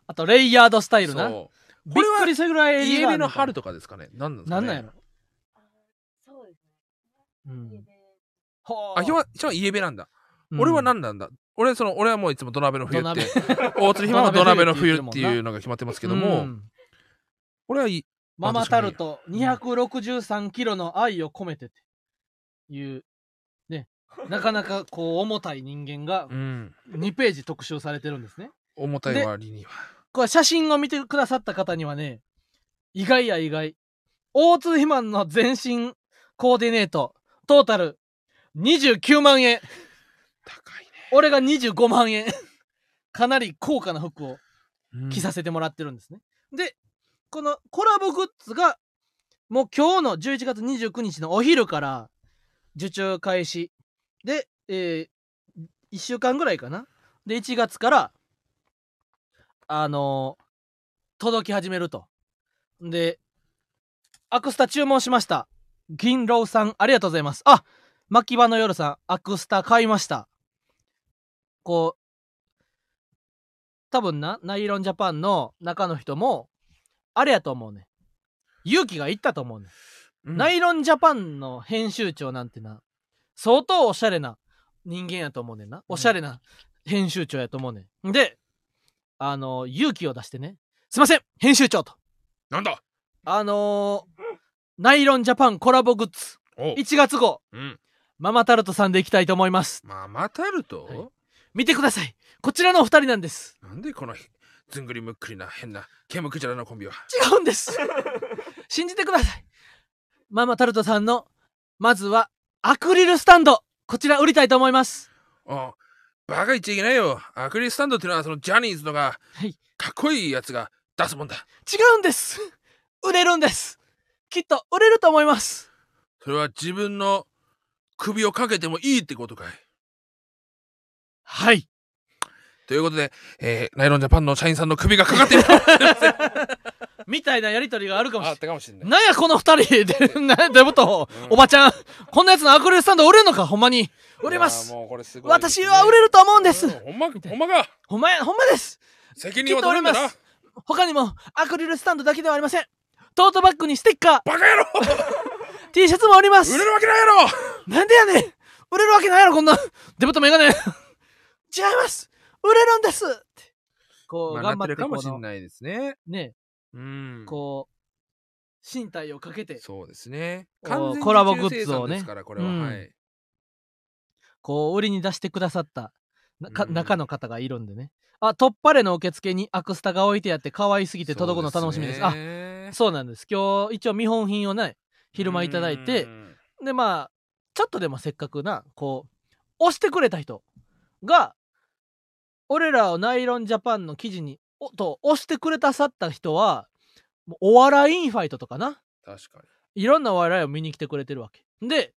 Speaker 1: あとレイヤードスタイルなびっ
Speaker 2: そうこれは
Speaker 1: くりするぐらい
Speaker 2: イエベの春
Speaker 1: と
Speaker 2: とかですかね何なんですか
Speaker 1: な
Speaker 2: ね
Speaker 1: んなんやろ、
Speaker 3: あそうですね。
Speaker 1: う
Speaker 3: 家
Speaker 1: ん、
Speaker 3: で
Speaker 1: ほー
Speaker 2: あひわちゃんはイエベなんだ、
Speaker 1: うん
Speaker 2: 俺は何なんだ俺その俺はもういつも土鍋の冬っ
Speaker 1: 土
Speaker 2: て 大鶴ひまは土
Speaker 1: 土鍋
Speaker 2: 鍋の
Speaker 1: の
Speaker 2: 冬
Speaker 1: 冬
Speaker 2: っていうのが決まってますけど
Speaker 1: う
Speaker 2: も、
Speaker 1: ん
Speaker 2: 俺はいい
Speaker 1: ママタルト263キロの愛を込めてっていうねなかなかこう重たい人間が
Speaker 2: うん
Speaker 1: 2ページ特集されてるんですね
Speaker 2: 重たい割には
Speaker 1: これ写真を見てくださった方にはね、意外や意外。大津肥満の全身コーディネート、トータル29万円。
Speaker 2: 高いね
Speaker 1: 俺が25万円。かなり高価な服を
Speaker 2: うん
Speaker 1: 着させてもらってるんですね。で、このコラボグッズが、もう今日の11月29日のお昼から受注開始。で、え1週間ぐらいかな。で、1月から、あのー届き始めると。で、アクスタ注文しました。銀楼さん、ありがとうございます。あ牧場の夜さん、アクスタ買いました。こう、多分なナイロンジャパンの中の人もあれやと思うね勇気がいったと思うね、
Speaker 2: うん
Speaker 1: ナイロンジャパンの編集長なんてな相当おしゃれな人間やと思うねんなおしゃれな編集長やと思うねんであの勇気を出してねすいません編集長と
Speaker 2: なんだ
Speaker 1: あのーナイロンジャパンコラボグッズ
Speaker 2: おう、
Speaker 1: 1月号
Speaker 2: うん、
Speaker 1: ママタルトさんでいきたいと思います
Speaker 2: ママタルト、
Speaker 1: はい見てくださいこちらのお二人なんです
Speaker 2: なんでこのひずんぐりむっくりな変なケムクジラのコンビは
Speaker 1: 違うんです 信じてくださいママタルトさんのまずはアクリルスタンドこちら売りたいと思います
Speaker 2: あバカ言っちゃいけないよアクリルスタンドっていうのはそのジャニーズとか、
Speaker 1: はい
Speaker 2: かっこいいやつが出すもんだ
Speaker 1: 違うんです売れるんですきっと売れると思います
Speaker 2: それは自分の首をかけてもいいってことかい
Speaker 1: はい
Speaker 2: ということで、えーナイロンジャパンの社員さんの首がかかっている
Speaker 1: みたいなやりとりがあるかもしれ
Speaker 2: あ
Speaker 1: な
Speaker 2: っ
Speaker 1: い
Speaker 2: たかもしれない
Speaker 1: なんやこの二人で、 な、どういうこと、
Speaker 2: うん
Speaker 1: おばちゃん、こんなやつのアクリルスタンド売れるのかほんまに。売れます
Speaker 2: いやーもうこれすごいです
Speaker 1: 私
Speaker 2: ね、
Speaker 1: は売れると思うんです。
Speaker 2: うんほんまほんまか
Speaker 1: ほんまや、ほんまです。
Speaker 2: 責
Speaker 1: き
Speaker 2: 任
Speaker 1: っ
Speaker 2: は
Speaker 1: と売れ
Speaker 2: 取れんだ
Speaker 1: ま
Speaker 2: な
Speaker 1: す。他にも、アクリルスタンドだけではありません。トートバッグにステッカー、
Speaker 2: バカ野郎
Speaker 1: T シャツもあります。
Speaker 2: 売れるわけないやろ
Speaker 1: なんでやねん売れるわけないやろこんなデブとメガネ違います売れるんですってこう、
Speaker 2: まあ
Speaker 1: 頑張って
Speaker 2: な
Speaker 1: こ
Speaker 2: ってるかもし
Speaker 1: の
Speaker 2: れないですね
Speaker 1: ね
Speaker 2: うん
Speaker 1: こう身体をかけて
Speaker 2: そうですね
Speaker 1: お
Speaker 2: 完全
Speaker 1: コラボ
Speaker 2: 受注
Speaker 1: グッズをね
Speaker 2: 生産ですからこれは、
Speaker 1: うん
Speaker 2: はい
Speaker 1: こう売りに出してくださったなか
Speaker 2: うん
Speaker 1: 中の方がいるんでねあ突破れの受付にアクスタが置いてあって可愛すぎて届くの楽しみです
Speaker 2: そう
Speaker 1: あ
Speaker 2: ね
Speaker 1: そうなんです今日一応見本品をね昼間いただいて
Speaker 2: うん
Speaker 1: でまあちょっとでもせっかくなこう押してくれた人が俺らをナイロンジャパンの記事におと押してくれたさった人はもうお笑いインファイトとかな
Speaker 2: 確かに
Speaker 1: いろんなお笑いを見に来てくれてるわけで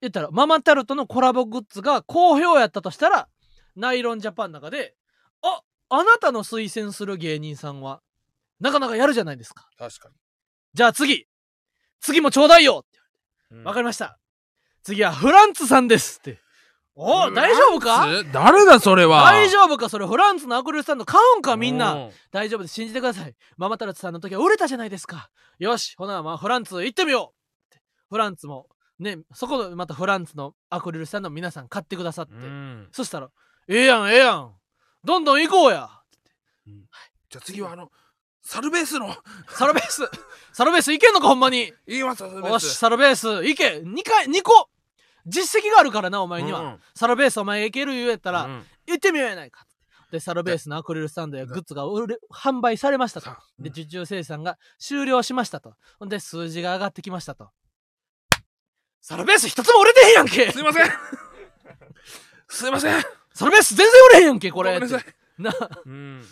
Speaker 1: 言ったらママタルトのコラボグッズが好評やったとしたらナイロンジャパンの中で「ああなたの推薦する芸人さんはなかなかやるじゃないですか
Speaker 2: 確か
Speaker 1: じゃあ次次もちょうだいよ!」
Speaker 2: に
Speaker 1: わかりました。次はフランツさんですって。おう大丈夫か
Speaker 2: フランス誰だそれは
Speaker 1: 大丈夫かそれフランスのアクリルスタンド買うんかみんな
Speaker 2: う
Speaker 1: 大丈夫です信じてくださいママタルトさんの時は売れたじゃないですかよしほなまあフランス行ってみようってフランスもねそこでまたフランスのアクリルスタンド皆さん買ってくださって
Speaker 2: うん
Speaker 1: そしたら「ええやんええやんどんどん行こうや
Speaker 2: じゃあ次はあのサルベースの
Speaker 1: サ ルベースサルベース行けんのかほんまに
Speaker 2: 言いますサルベ
Speaker 1: よ
Speaker 2: ー
Speaker 1: し
Speaker 2: ス
Speaker 1: サルベース行け2回2個実績があるからなお前には、
Speaker 2: うん
Speaker 1: サルベースお前行ける言うやったら、
Speaker 2: うん
Speaker 1: 行ってみようやないかでサルベースのアクリルスタンドやグッズが売れ販売されましたと
Speaker 2: さ
Speaker 1: で受注生産が終了しましたとほんで数字が上がってきましたとサルベース一つも売れてへんやんけ
Speaker 2: すいませんすいません
Speaker 1: サルベース全然売れへんやんけこれ
Speaker 2: ごめんなさい
Speaker 1: な
Speaker 2: うん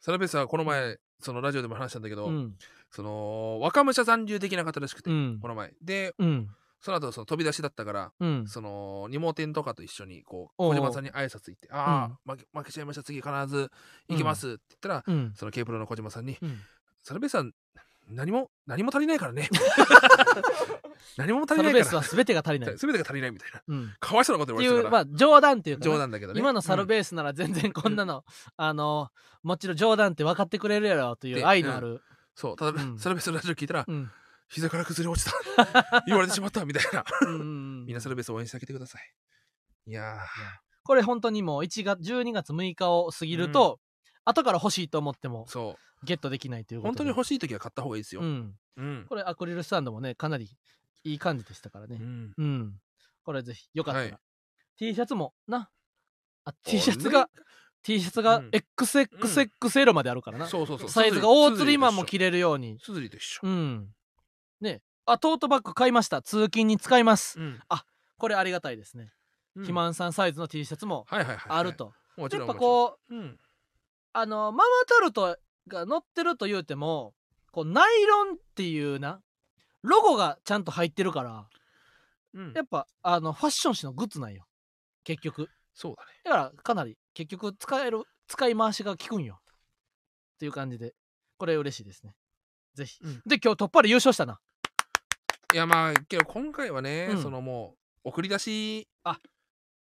Speaker 2: サルベースはこの前そのラジオでも話したんだけど、
Speaker 1: うん
Speaker 2: その若武者残留的な方らしくて、
Speaker 1: うん
Speaker 2: この前で
Speaker 1: うん
Speaker 2: その後その飛び出しだったから
Speaker 1: うん
Speaker 2: その二毛店とかと一緒にこう
Speaker 1: おうおう
Speaker 2: 小島さんに挨拶行って「ああ、負け負けちゃいました次必ず行きます」って言ったら、
Speaker 1: うん
Speaker 2: その K プロの小島さんに
Speaker 1: うん
Speaker 2: 「サルベースは何も何も足りないか らね何も足
Speaker 1: サ
Speaker 2: り
Speaker 1: ル
Speaker 2: ない
Speaker 1: ベー
Speaker 2: か
Speaker 1: スは
Speaker 2: ら
Speaker 1: 全てが足りない、
Speaker 2: 全てが足りない」みたいな
Speaker 1: うん、っ
Speaker 2: かわいそうなこと
Speaker 1: て
Speaker 2: 言わ
Speaker 1: い
Speaker 2: れて
Speaker 1: う
Speaker 2: た
Speaker 1: ま
Speaker 2: から、
Speaker 1: あ冗談っていうかな
Speaker 2: 冗談だけどね
Speaker 1: 今のサルベースなら全然こんなの、あのもちろん冗談って分かってくれるやろという愛のある、
Speaker 2: うんそうただ、
Speaker 1: うん
Speaker 2: サルベースのラジオ聞いたら、
Speaker 1: うん
Speaker 2: 膝から崩れ落ちた 言われてしまったみたいな
Speaker 1: うんうん
Speaker 2: みんなサルベース応援してあげてくださいいや
Speaker 1: これ本当にもう1月12月6日を過ぎると、後から欲しいと思っても
Speaker 2: ーそ
Speaker 1: ゲットできないという
Speaker 2: う
Speaker 1: こと
Speaker 2: 本
Speaker 1: で
Speaker 2: 当に欲しい時は買った方がいいですよ、
Speaker 1: うん、
Speaker 2: うん
Speaker 1: これアクリルスタンドもねかなりいい感じでしたからね
Speaker 2: うん
Speaker 1: うん、これぜひよかったら、
Speaker 2: はい
Speaker 1: T シャツもなあ
Speaker 2: れ
Speaker 1: T シャツが T シャツが
Speaker 2: うん
Speaker 1: XXXL まであるからな、
Speaker 2: そうそうそう
Speaker 1: サイズが大釣りマン
Speaker 2: スズ
Speaker 1: も
Speaker 2: リと一
Speaker 1: 着
Speaker 2: 緒
Speaker 1: れるように
Speaker 2: スズリと一緒
Speaker 1: うんねあトートバッグ買いました通勤に使います
Speaker 2: うん
Speaker 1: これありがたいですね、
Speaker 2: うん
Speaker 1: 肥満さんサイズの T シャツも
Speaker 2: はいはいはいはい
Speaker 1: あると、
Speaker 2: もち
Speaker 1: や
Speaker 2: ろ
Speaker 1: っ
Speaker 2: ん
Speaker 1: ぱこう
Speaker 2: う、うん、
Speaker 1: あのママタルトが乗ってると言うてもこうナイロンっていうなロゴがちゃんと入ってるから
Speaker 2: うん
Speaker 1: やっぱあのファッション誌のグッズなんよ結局
Speaker 2: そうだね
Speaker 1: だからかなり結局使える使い回しが効くんよっていう感じでこれ嬉しいですねぜひ、
Speaker 2: うん
Speaker 1: で今日突破で優勝したない
Speaker 2: やまあけど今回はね、
Speaker 1: うん
Speaker 2: そのもう送り出し
Speaker 1: あ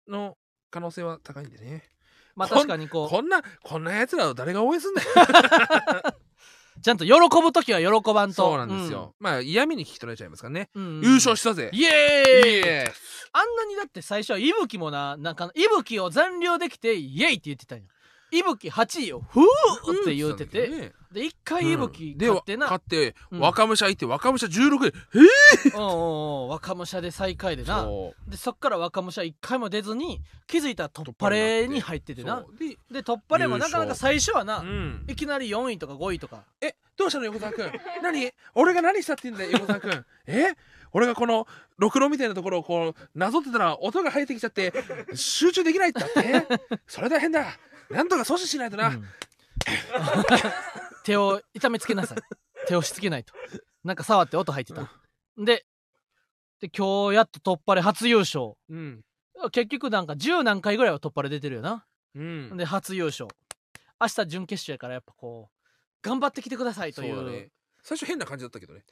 Speaker 2: の可能性は高いんでね
Speaker 1: まあ
Speaker 2: こん
Speaker 1: 確かにこ
Speaker 2: こんなこんなやつらを誰が応援すんだよ
Speaker 1: うちゃんと喜ぶ時は喜ばんと
Speaker 2: そうなんですよ、、まあ嫌味に聞き取られちゃいますからね、
Speaker 1: うんうん
Speaker 2: 優勝したぜ
Speaker 1: イエー
Speaker 2: イ
Speaker 1: イ
Speaker 2: エーイ
Speaker 1: あんなにだって最初は伊吹もな、なんか、伊吹を残留できて、イエイって言ってたんよ。伊吹8位を、ふーって言うてて、
Speaker 2: ね
Speaker 1: で、一回伊吹
Speaker 2: うんで
Speaker 1: 勝ってな、
Speaker 2: 勝って
Speaker 1: うん
Speaker 2: 若武者行って若武者16位
Speaker 1: うんうんうん若武者で最下位でな、
Speaker 2: そ
Speaker 1: で、そっから若武者一回も出ずに、気づいたら突破レに入って
Speaker 2: う
Speaker 1: てな
Speaker 2: そ、うで
Speaker 1: で、突破レもなかなか最初は
Speaker 2: う
Speaker 1: な、
Speaker 2: ん
Speaker 1: いきなり4位とか5位とか、
Speaker 2: えどうしたの横澤君 何俺が何したって言うんだよ横澤君え俺がこのろくろみたいなところをこうなぞってたら音が入ってきちゃって集中できないってだ ってそれ大変だなんとか阻止しないとな、
Speaker 1: うん手を痛めつけなさい手をしつけないとなんか触って音入ってたでで今日やっと突破で初優勝
Speaker 2: うん
Speaker 1: 結局なんか10何回ぐらいは突破で出てるよな、
Speaker 2: うん
Speaker 1: で初優勝明日準決勝やからやっぱこう頑張ってきてくださいと
Speaker 2: そう
Speaker 1: いう
Speaker 2: だね最初変な感じだったけどね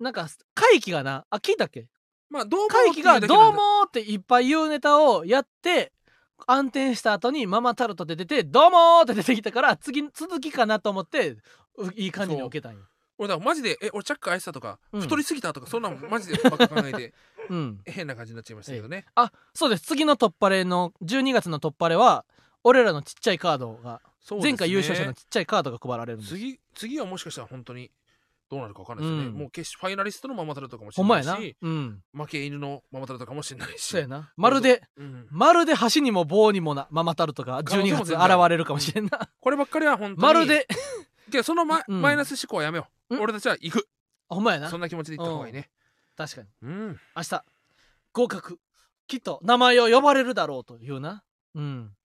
Speaker 1: なんか会期がなあ聞いたっけ
Speaker 2: まあどうも
Speaker 1: 会期が「
Speaker 2: っていだけ
Speaker 1: ど
Speaker 2: な
Speaker 1: うんも
Speaker 2: だ」
Speaker 1: っていっぱい言うネタをやって暗転した後にママタルトで出て「どうも!」って出てきたから次続きかなと思ってういい感じに受けたんよ。
Speaker 2: 俺だからマジでえ俺チャック愛したとか、
Speaker 1: うん
Speaker 2: 太りすぎたとかそんなんマジでばっか考 えて
Speaker 1: うん、
Speaker 2: 変な感じになっちゃいましたけどね
Speaker 1: あそうです次の突破レの12月の突破レは俺らのちっちゃいカードが、
Speaker 2: そうですね
Speaker 1: 前回優勝者のちっちゃいカードが配られるんです
Speaker 2: 次次はもしかしたら本当にどうなるかわかんないですよね、
Speaker 1: うん
Speaker 2: もう決しファイナリストのママタルトかもし
Speaker 1: ほ
Speaker 2: れ
Speaker 1: んま
Speaker 2: な
Speaker 1: や
Speaker 2: いし
Speaker 1: なうん
Speaker 2: 負け犬のママタルトかもしれないし
Speaker 1: そうやなまるで
Speaker 2: うん
Speaker 1: まるで橋にも棒にもなママタルトが
Speaker 2: 可能性
Speaker 1: 12月
Speaker 2: も全
Speaker 1: 現
Speaker 2: 然ある
Speaker 1: れるかもしれんな
Speaker 2: こればっかりは本当に
Speaker 1: まるで
Speaker 2: でそのマ,、
Speaker 1: うん
Speaker 2: マイナス思考はやめよう、
Speaker 1: うん
Speaker 2: 俺たちは行く
Speaker 1: ほんまやな
Speaker 2: そんな気持ちで行った方がいいね
Speaker 1: 確かに
Speaker 2: うん
Speaker 1: 明日合格きっと名前を呼ばれるだろうというなうん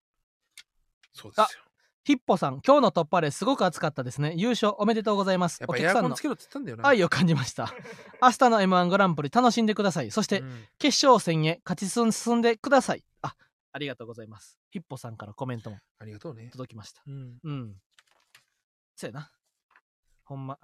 Speaker 2: そうですよ
Speaker 1: ヒッポさん今日の突破レすごく熱かったですね優勝おめでとうございます
Speaker 2: やっ
Speaker 1: お
Speaker 2: ぱエ
Speaker 1: 客
Speaker 2: ア
Speaker 1: さ
Speaker 2: コ
Speaker 1: ん
Speaker 2: ン
Speaker 1: の
Speaker 2: つけろって言ったんだよな
Speaker 1: 愛を感じました 明日の m 1グランプリ楽しんでくださいそして
Speaker 2: うん
Speaker 1: 決勝戦へ勝ち進進んでくださいあありがとうございますヒッポさんからコメントも
Speaker 2: ありがとうね、
Speaker 1: 届きました
Speaker 2: うん、
Speaker 1: うんそやなほんま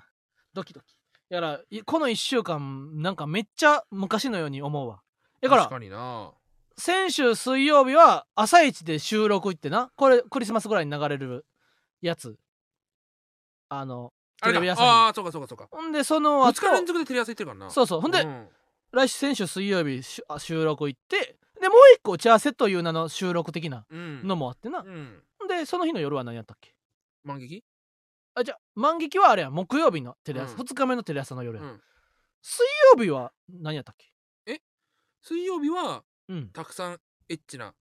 Speaker 1: ドキドキやらいこの1週間なんかめっちゃ昔のように思うわだか
Speaker 2: 確
Speaker 1: ら
Speaker 2: かにな
Speaker 1: 先週水曜日は朝一で収録行ってなこれクリスマスぐらいに流れるやつあの
Speaker 2: あ
Speaker 1: テレ
Speaker 2: れ
Speaker 1: ビ
Speaker 2: か
Speaker 1: 朝
Speaker 2: あ
Speaker 1: 日
Speaker 2: あーそうかそうかそうか
Speaker 1: ほんでその
Speaker 2: 2
Speaker 1: 後
Speaker 2: 日連続でテレ朝行ってるからな
Speaker 1: そうそうほんで、
Speaker 2: うん
Speaker 1: 来週先週水曜日しゅあ収録行ってでもう一個打ち合わせという名の収録的な
Speaker 2: うん
Speaker 1: のもあってな、
Speaker 2: うん
Speaker 1: ほんでその日の夜は何やったっけ
Speaker 2: 満劇
Speaker 1: あじゃあ満劇はあれや木曜日のテレ朝、
Speaker 2: うん
Speaker 1: 2日目のテレ朝の夜や、
Speaker 2: うん
Speaker 1: 水曜日は何やったっけ
Speaker 2: 水曜日は
Speaker 1: うん
Speaker 2: たくさんエッチな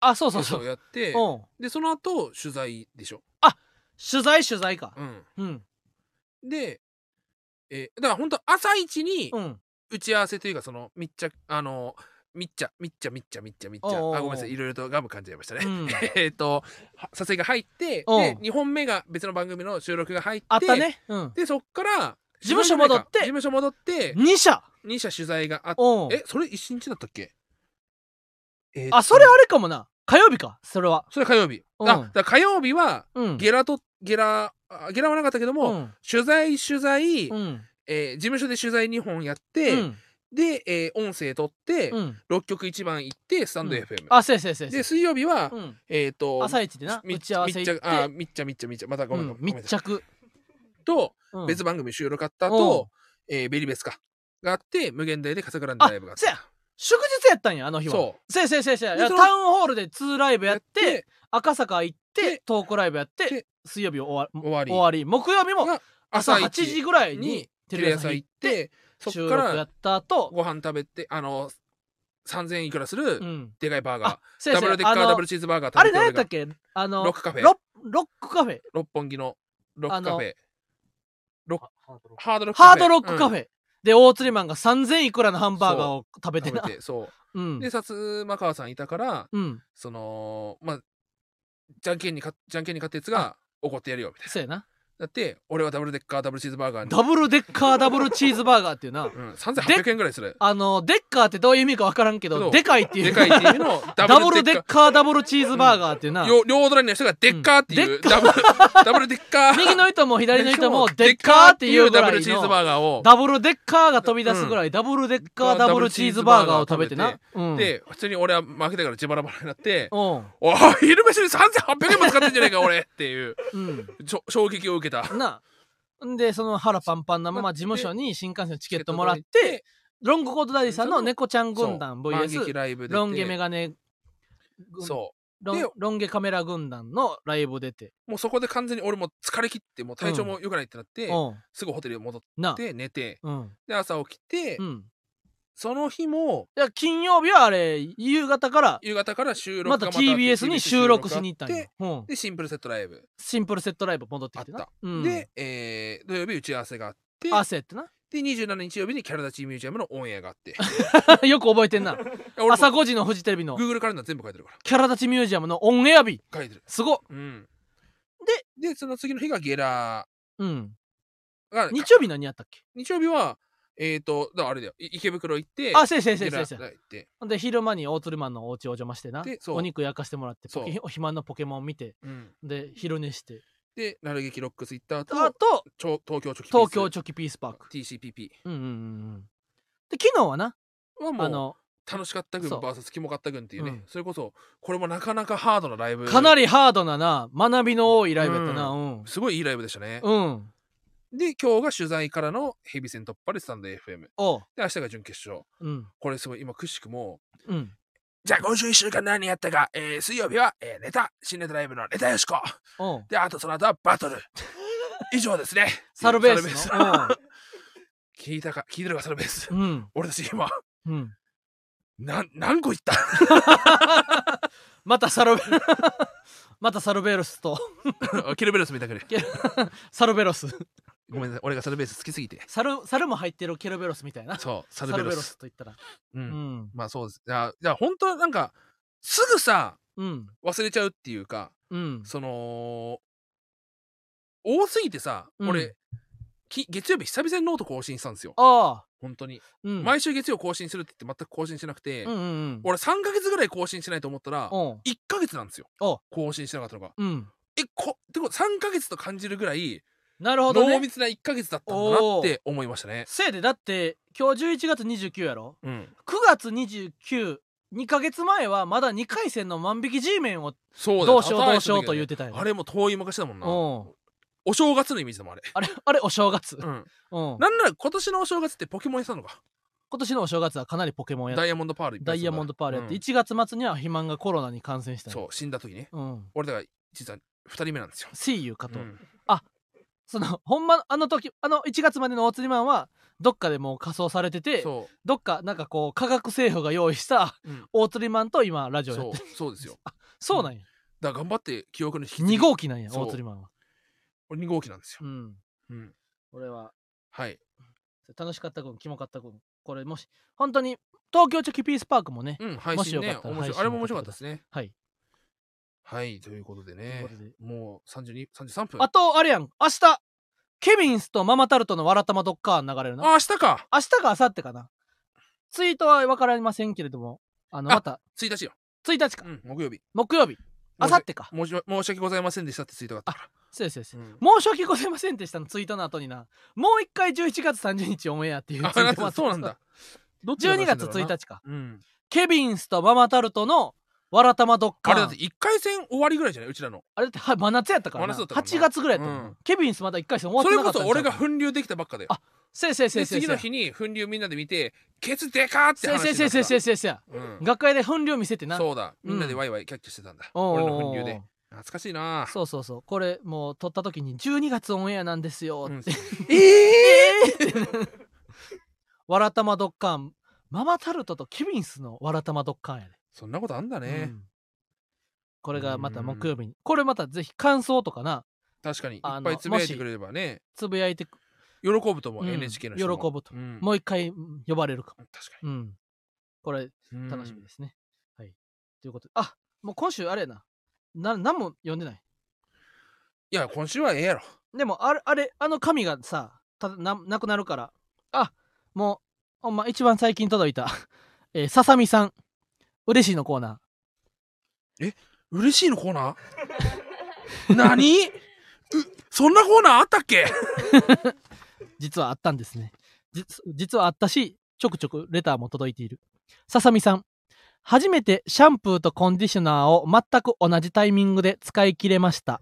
Speaker 1: あそうそ
Speaker 2: こ
Speaker 1: うそ
Speaker 2: と
Speaker 1: う
Speaker 2: をやって
Speaker 1: うん
Speaker 2: でその後取材でしょ
Speaker 1: 取材取材か
Speaker 2: うん
Speaker 1: うん
Speaker 2: でえーだから本当朝一に
Speaker 1: うん
Speaker 2: 打ち合わせというかその密着あの密着密着密着密着密着
Speaker 1: おうおうおう
Speaker 2: あごめんなさいいろいろとガム噛んじゃいましたね、
Speaker 1: うん
Speaker 2: えっとは撮影が入ってで
Speaker 1: おう
Speaker 2: 2本目が別の番組の収録が入って
Speaker 1: あったねうん
Speaker 2: でそっから
Speaker 1: 事務所戻って
Speaker 2: 事務所戻って
Speaker 1: 2社
Speaker 2: 2社取材があって
Speaker 1: うん
Speaker 2: えそれ1日だったっけえーっと
Speaker 1: あそれあれかもな火曜日かそれは
Speaker 2: それ火曜日あ
Speaker 1: うん
Speaker 2: だから火曜日は
Speaker 1: うん
Speaker 2: ゲラとゲラあゲラはなかったけど
Speaker 1: う
Speaker 2: も、
Speaker 1: ん
Speaker 2: 取材取材、
Speaker 1: うん
Speaker 2: えー事務所で取材2本やっ
Speaker 1: う
Speaker 2: て、
Speaker 1: ん
Speaker 2: で、えー音声取って、
Speaker 1: うん
Speaker 2: 6曲1番行ってスタンド FM、
Speaker 1: あそうやそうやそうや
Speaker 2: で水曜日は、
Speaker 1: うん
Speaker 2: えっ、と
Speaker 1: 朝一でな
Speaker 2: み
Speaker 1: 打ち合わせ行
Speaker 2: 密
Speaker 1: っ
Speaker 2: 着あー
Speaker 1: て
Speaker 2: みっちゃみっちゃみっちゃまたご
Speaker 1: う
Speaker 2: めん
Speaker 1: ん
Speaker 2: ごめん、ごめん
Speaker 1: 密着
Speaker 2: と、
Speaker 1: うん
Speaker 2: 別番組収録あった後、えーベリベスかがあって無限大でカサグランデライブがあっ
Speaker 1: あ
Speaker 2: た
Speaker 1: 祝日やったんやあの日は
Speaker 2: そ
Speaker 1: そうやそうやそうやそうや
Speaker 2: で
Speaker 1: いや
Speaker 2: そ
Speaker 1: タ
Speaker 2: の
Speaker 1: ウンホールで2ライブ
Speaker 2: う
Speaker 1: やって赤坂行っ
Speaker 2: で
Speaker 1: てトークライブやっ
Speaker 2: で
Speaker 1: て水曜日終わ
Speaker 2: 終わり
Speaker 1: 終わり木曜日も
Speaker 2: が
Speaker 1: 朝8時ぐらいに
Speaker 2: に
Speaker 1: テ
Speaker 2: テ
Speaker 1: レ
Speaker 2: レ
Speaker 1: 朝行
Speaker 2: 朝行
Speaker 1: っ
Speaker 2: っててそ
Speaker 1: 収
Speaker 2: っか
Speaker 1: 録や
Speaker 2: ら
Speaker 1: った後
Speaker 2: ご飯食べてあの3000いくらする、
Speaker 1: うん
Speaker 2: でかいバーガー
Speaker 1: あそうや
Speaker 2: ダ
Speaker 1: そう
Speaker 2: ブ
Speaker 1: や
Speaker 2: ルデッカーダ
Speaker 1: あ
Speaker 2: ブ
Speaker 1: の
Speaker 2: ルチーズバーガー
Speaker 1: あれ
Speaker 2: 食べて
Speaker 1: 何や
Speaker 2: 俺
Speaker 1: った
Speaker 2: が
Speaker 1: っけあの
Speaker 2: ロックカフェ
Speaker 1: ロッロックカフェ
Speaker 2: 六本木のロックカフェハードロックカフェ
Speaker 1: ハードロックカフ
Speaker 2: ェ、
Speaker 1: ェで大釣りマンが3000いくらのハンバーガーを食べ
Speaker 2: うん
Speaker 1: てな
Speaker 2: 食べてそううんで薩摩川さんいたから
Speaker 1: うん
Speaker 2: そのまあじゃんけんにかじゃんけんに勝ったやつが怒ってやるよみたいな
Speaker 1: そうやな
Speaker 2: だって俺はダブルデッカーダブルチーズバーガーに
Speaker 1: ダブルデッカーダブルチーズバーガーっていうな
Speaker 2: うん、3800円ぐらいする
Speaker 1: あのデッカーってどういう意味か分からんけ
Speaker 2: け
Speaker 1: ど
Speaker 2: ど
Speaker 1: でかいってい
Speaker 2: で
Speaker 1: う
Speaker 2: かいっていうのを
Speaker 1: ダブルデッ
Speaker 2: カ
Speaker 1: カーダブルチーズバーガーっていうな
Speaker 2: ー両両隣の人がデッカーっていう、ダブルダブルデッカ ー
Speaker 1: 右の人も左の人も
Speaker 2: しか
Speaker 1: デッカーっていうぐ
Speaker 2: ダブ
Speaker 1: らい
Speaker 2: ルチーズ
Speaker 1: の
Speaker 2: バーガーを
Speaker 1: ダブルデッカーが飛び出すぐらいダブルデッカーダブルチーズバーガーを食べてなうん
Speaker 2: で普通に俺は負けたから自腹腹になって
Speaker 1: うん
Speaker 2: 「おい昼飯に3800円も使ってんじゃねえか俺」っていう
Speaker 1: うん
Speaker 2: ちょ衝撃を受けた
Speaker 1: なあんでその腹パンパンなまま事務所に新幹線のチケットもらっ
Speaker 2: チケッ
Speaker 1: てロングコートダディさんの猫ちゃん軍団
Speaker 2: そう万劇
Speaker 1: VS
Speaker 2: ライブ出て
Speaker 1: ロン毛メガネ軍
Speaker 2: そ
Speaker 1: ロン
Speaker 2: で
Speaker 1: ロン毛カメラ軍団のライブ出て
Speaker 2: うもうそこで完全に俺も疲れ切ってもう体調も良くないってなって、
Speaker 1: うん
Speaker 2: すぐホテルに戻っ
Speaker 1: なあ
Speaker 2: て寝て
Speaker 1: うん
Speaker 2: で朝起きて、
Speaker 1: うん
Speaker 2: その日も
Speaker 1: いや金曜日はあれ夕方から
Speaker 2: 夕方から収録が
Speaker 1: また TBS に収録しに行ったん
Speaker 2: で
Speaker 1: ようん
Speaker 2: でシンプルセットライブ、
Speaker 1: シンプルセットライブ戻ってきて
Speaker 2: あ
Speaker 1: な
Speaker 2: った
Speaker 1: うん
Speaker 2: で、えー土曜日打ち合わせがあって
Speaker 1: あそうやってな
Speaker 2: で27日曜日にキャラダチミュージアムのオンエアがあって
Speaker 1: よく覚えてんな
Speaker 2: 俺も
Speaker 1: 朝5時のフジテレビの
Speaker 2: Google カレンダー全部書いてるか
Speaker 1: キャラ立ちミュージアムのオンエア日
Speaker 2: ら書いてる
Speaker 1: すごっ
Speaker 2: うんででその次の日がゲラ
Speaker 1: うん
Speaker 2: ーが
Speaker 1: 日曜日何やったっけ
Speaker 2: 日曜日はえっ、ー、とだからあれだよい池袋行って
Speaker 1: あせいせいせ
Speaker 2: ゲ
Speaker 1: いせ
Speaker 2: ラ
Speaker 1: いせい
Speaker 2: 行って
Speaker 1: ほんで昼間にオートルマンのお家お邪魔してな
Speaker 2: でそう
Speaker 1: お肉焼かしてもらってポケ
Speaker 2: そう
Speaker 1: お暇のポケモン見て
Speaker 2: うん
Speaker 1: で昼寝して
Speaker 2: でなる劇ロックス行った
Speaker 1: あ
Speaker 2: 後
Speaker 1: と
Speaker 2: ちょ東京チョキピース
Speaker 1: 東京チョキピースパーク
Speaker 2: TCPP
Speaker 1: うんうんうんうんで昨日はな
Speaker 2: はも
Speaker 1: あ
Speaker 2: う
Speaker 1: の
Speaker 2: 楽しかった軍
Speaker 1: そう
Speaker 2: VS キモかった軍っていうね、
Speaker 1: うん
Speaker 2: それこそこれもなかなかハードなライブ
Speaker 1: かなりハードなな学びの多いライブやったな
Speaker 2: う
Speaker 1: うん
Speaker 2: すごいいいライブでしたね、
Speaker 1: うん
Speaker 2: で今日が取材からのヘビ戦突破でスタンド FM で
Speaker 1: おう
Speaker 2: 明日が準決勝
Speaker 1: うん
Speaker 2: これすごい今くしくも
Speaker 1: うん
Speaker 2: じゃあ今週1週間何やったか、えー水曜日は、えーネタ新ネタライブのネタよしこ
Speaker 1: おう
Speaker 2: であとその後はバトル以上ですね
Speaker 1: サルベース
Speaker 2: サルベ
Speaker 1: の
Speaker 2: 聞いたか聞いてるかサルベース、
Speaker 1: うんうん
Speaker 2: 俺たち今
Speaker 1: うん
Speaker 2: な何個言った
Speaker 1: またサルベ またサルベロスと
Speaker 2: キルベロスみたくね
Speaker 1: サルベロス
Speaker 2: ごめんなさい俺がサルベース好きすぎて
Speaker 1: サルサルも入ってるケルベロスみたいな
Speaker 2: そうサ
Speaker 1: サ
Speaker 2: ル
Speaker 1: ル
Speaker 2: ベ
Speaker 1: ベ
Speaker 2: ロ
Speaker 1: ロ
Speaker 2: ス
Speaker 1: スと言ったら
Speaker 2: う
Speaker 1: うんん
Speaker 2: まあそうです。いや、いや本当はなんか、すぐさ、
Speaker 1: うん
Speaker 2: 忘れちゃうっていうか、
Speaker 1: うん
Speaker 2: その、多すぎてさ、
Speaker 1: うん
Speaker 2: 俺、き月曜日久々にノート更新したんですよ。
Speaker 1: ああ
Speaker 2: 本当に。
Speaker 1: うん
Speaker 2: 毎週月曜更新するって言って全く更新しなくて、
Speaker 1: うんうん
Speaker 2: 俺3ヶ月ぐらい更新しないと思ったら、
Speaker 1: うん
Speaker 2: 1ヶ月なんですよ。
Speaker 1: お
Speaker 2: 更新してなかったのが。
Speaker 1: うん
Speaker 2: え、こ、ってこと3ヶ月と感じるぐらい、
Speaker 1: なるほど
Speaker 2: 濃
Speaker 1: ね
Speaker 2: 密な1ヶ月だったんだなって思いましたね。
Speaker 1: せいでだって今日11月29やろ
Speaker 2: うん。
Speaker 1: 9月29 2ヶ月前はまだ2回戦の万引き G メンを
Speaker 2: そうだよ
Speaker 1: どうしようどうしようと言ってたよ、
Speaker 2: あれも遠い昔だもんな
Speaker 1: うん
Speaker 2: お正月のイメージだもんあれ、
Speaker 1: あれあれお正月、うん
Speaker 2: うん、
Speaker 1: 今
Speaker 2: なんなら今年のお正月ってポケモンやってたのか
Speaker 1: 年のお正月はかなりポケモンやっ
Speaker 2: ダイヤモンドパールいっぱ
Speaker 1: ダ
Speaker 2: いや
Speaker 1: イ
Speaker 2: って
Speaker 1: ヤ
Speaker 2: た
Speaker 1: モンドパールやって、
Speaker 2: うん
Speaker 1: 1月末には肥満がコロナに感染した
Speaker 2: そう死んだ時ね
Speaker 1: う、うん、
Speaker 2: 俺だから実は2人目なんですよ、
Speaker 1: 声優かと、
Speaker 2: うん
Speaker 1: その ほんまあの時あの1月までのお釣りマンはどっかでもう仮装されてて
Speaker 2: そ
Speaker 1: どっかなんかこう科学政府が用意した
Speaker 2: う、うん
Speaker 1: 大釣りマンと今ラジオやっ
Speaker 2: そ
Speaker 1: て
Speaker 2: う
Speaker 1: る
Speaker 2: そ うですよ
Speaker 1: そうなんや、
Speaker 2: だから頑張って記憶の引き継ぎ
Speaker 1: 2号機なんや
Speaker 2: そう
Speaker 1: 大釣りマンは
Speaker 2: 俺2号機なんですよ
Speaker 1: う、ん
Speaker 2: うん、
Speaker 1: 俺は
Speaker 2: はい
Speaker 1: 楽しかった分キモかった分これもし本当に東京チョキピースパークもね、
Speaker 2: うん配
Speaker 1: もし
Speaker 2: 信
Speaker 1: よか
Speaker 2: ね
Speaker 1: ったら
Speaker 2: 面白
Speaker 1: 配
Speaker 2: い
Speaker 1: 信
Speaker 2: あれも面白かったですね
Speaker 1: はい
Speaker 2: はいということでね
Speaker 1: というこ
Speaker 2: もう32 33分
Speaker 1: あとあれやん明日ケビンスとママタルトの「わらたまドッカーン」流れる
Speaker 2: あ
Speaker 1: な
Speaker 2: 明日か
Speaker 1: 明日か明後日かなツイートは分かりませんけれどもあの
Speaker 2: あ
Speaker 1: また
Speaker 2: 1日よ、
Speaker 1: 1日か
Speaker 2: うん、木曜日
Speaker 1: 木曜日明後日か
Speaker 2: 申し申し訳ございませんでしたってツイートがあったか
Speaker 1: そうですそうです
Speaker 2: ら、うん
Speaker 1: 申し訳ございませんでしたのツイートの後になもう一回11月30日オンエアっていうツイ
Speaker 2: あ
Speaker 1: ート
Speaker 2: なん
Speaker 1: もあ
Speaker 2: だ
Speaker 1: って
Speaker 2: そうなんだどっちが出
Speaker 1: 12
Speaker 2: したん
Speaker 1: 月
Speaker 2: だろうな
Speaker 1: 1日か
Speaker 2: うん
Speaker 1: ケビンスとママタルトのわらたまドッカ
Speaker 2: あれ
Speaker 1: ー
Speaker 2: だ
Speaker 1: ン
Speaker 2: って1回戦終わりぐらいじゃないうちらの
Speaker 1: あれっては真夏やったからな
Speaker 2: 真夏だったからな
Speaker 1: 8月ぐらいやったもんな、
Speaker 2: うん
Speaker 1: ケビンスまだ1回戦終わっ
Speaker 2: そ
Speaker 1: て
Speaker 2: れ
Speaker 1: なか
Speaker 2: こ
Speaker 1: った
Speaker 2: そ
Speaker 1: んちゃ
Speaker 2: 俺
Speaker 1: うか
Speaker 2: が粉流できたばっかだよ
Speaker 1: あせやせやせや
Speaker 2: で
Speaker 1: せや
Speaker 2: 次の日に粉流みんなで見てケツでかーって
Speaker 1: せや
Speaker 2: 話
Speaker 1: せや
Speaker 2: に
Speaker 1: せ
Speaker 2: な
Speaker 1: や
Speaker 2: った
Speaker 1: せやせやせやせや
Speaker 2: うん
Speaker 1: 学会で分量見せてな
Speaker 2: そうだみんなでワイワイキャッキャしてたんだ俺
Speaker 1: お
Speaker 2: の粉流
Speaker 1: うおうお
Speaker 2: で
Speaker 1: う
Speaker 2: 懐かしいな
Speaker 1: そうそうそうこれもう撮った時に12月オンエアなんですよ、
Speaker 2: う
Speaker 1: っ
Speaker 2: ん
Speaker 1: て
Speaker 2: ええ
Speaker 1: わらたまドッカーンママタルトとケビンスのわらたまドッカーンやで、
Speaker 2: そんなことあんだ
Speaker 1: う
Speaker 2: ね
Speaker 1: んこれがまた木曜日にこれまたぜひ感想とかな
Speaker 2: 確かにいっ
Speaker 1: あの
Speaker 2: ぱいつぶやいてくれればね
Speaker 1: つぶやいてく
Speaker 2: 喜ぶと思
Speaker 1: う
Speaker 2: うん NHK の人も
Speaker 1: 喜ぶと
Speaker 2: うん
Speaker 1: もう一回うん呼ばれるかも、
Speaker 2: 確か
Speaker 1: うん、これ
Speaker 2: に
Speaker 1: 楽しみですね。はい。ということで、あもう今週あれやな。な何も読んでない。
Speaker 2: いや今週はええやろ
Speaker 1: でも、あれ、あれ、あの紙がさ、たななくなるから。あもう、ほんま、一番最近届いた、 えー、ささみさん、嬉しいのコーナ
Speaker 2: 嬉しいのコーナ ー何うそんなコーナーあったっけ
Speaker 1: ー、実はあったんですね。実実はあったし、ちょくちょくレターも届いている。ささみさん、初めてシャンプーとコンディショナーを全く同じタイミングで使い切れました。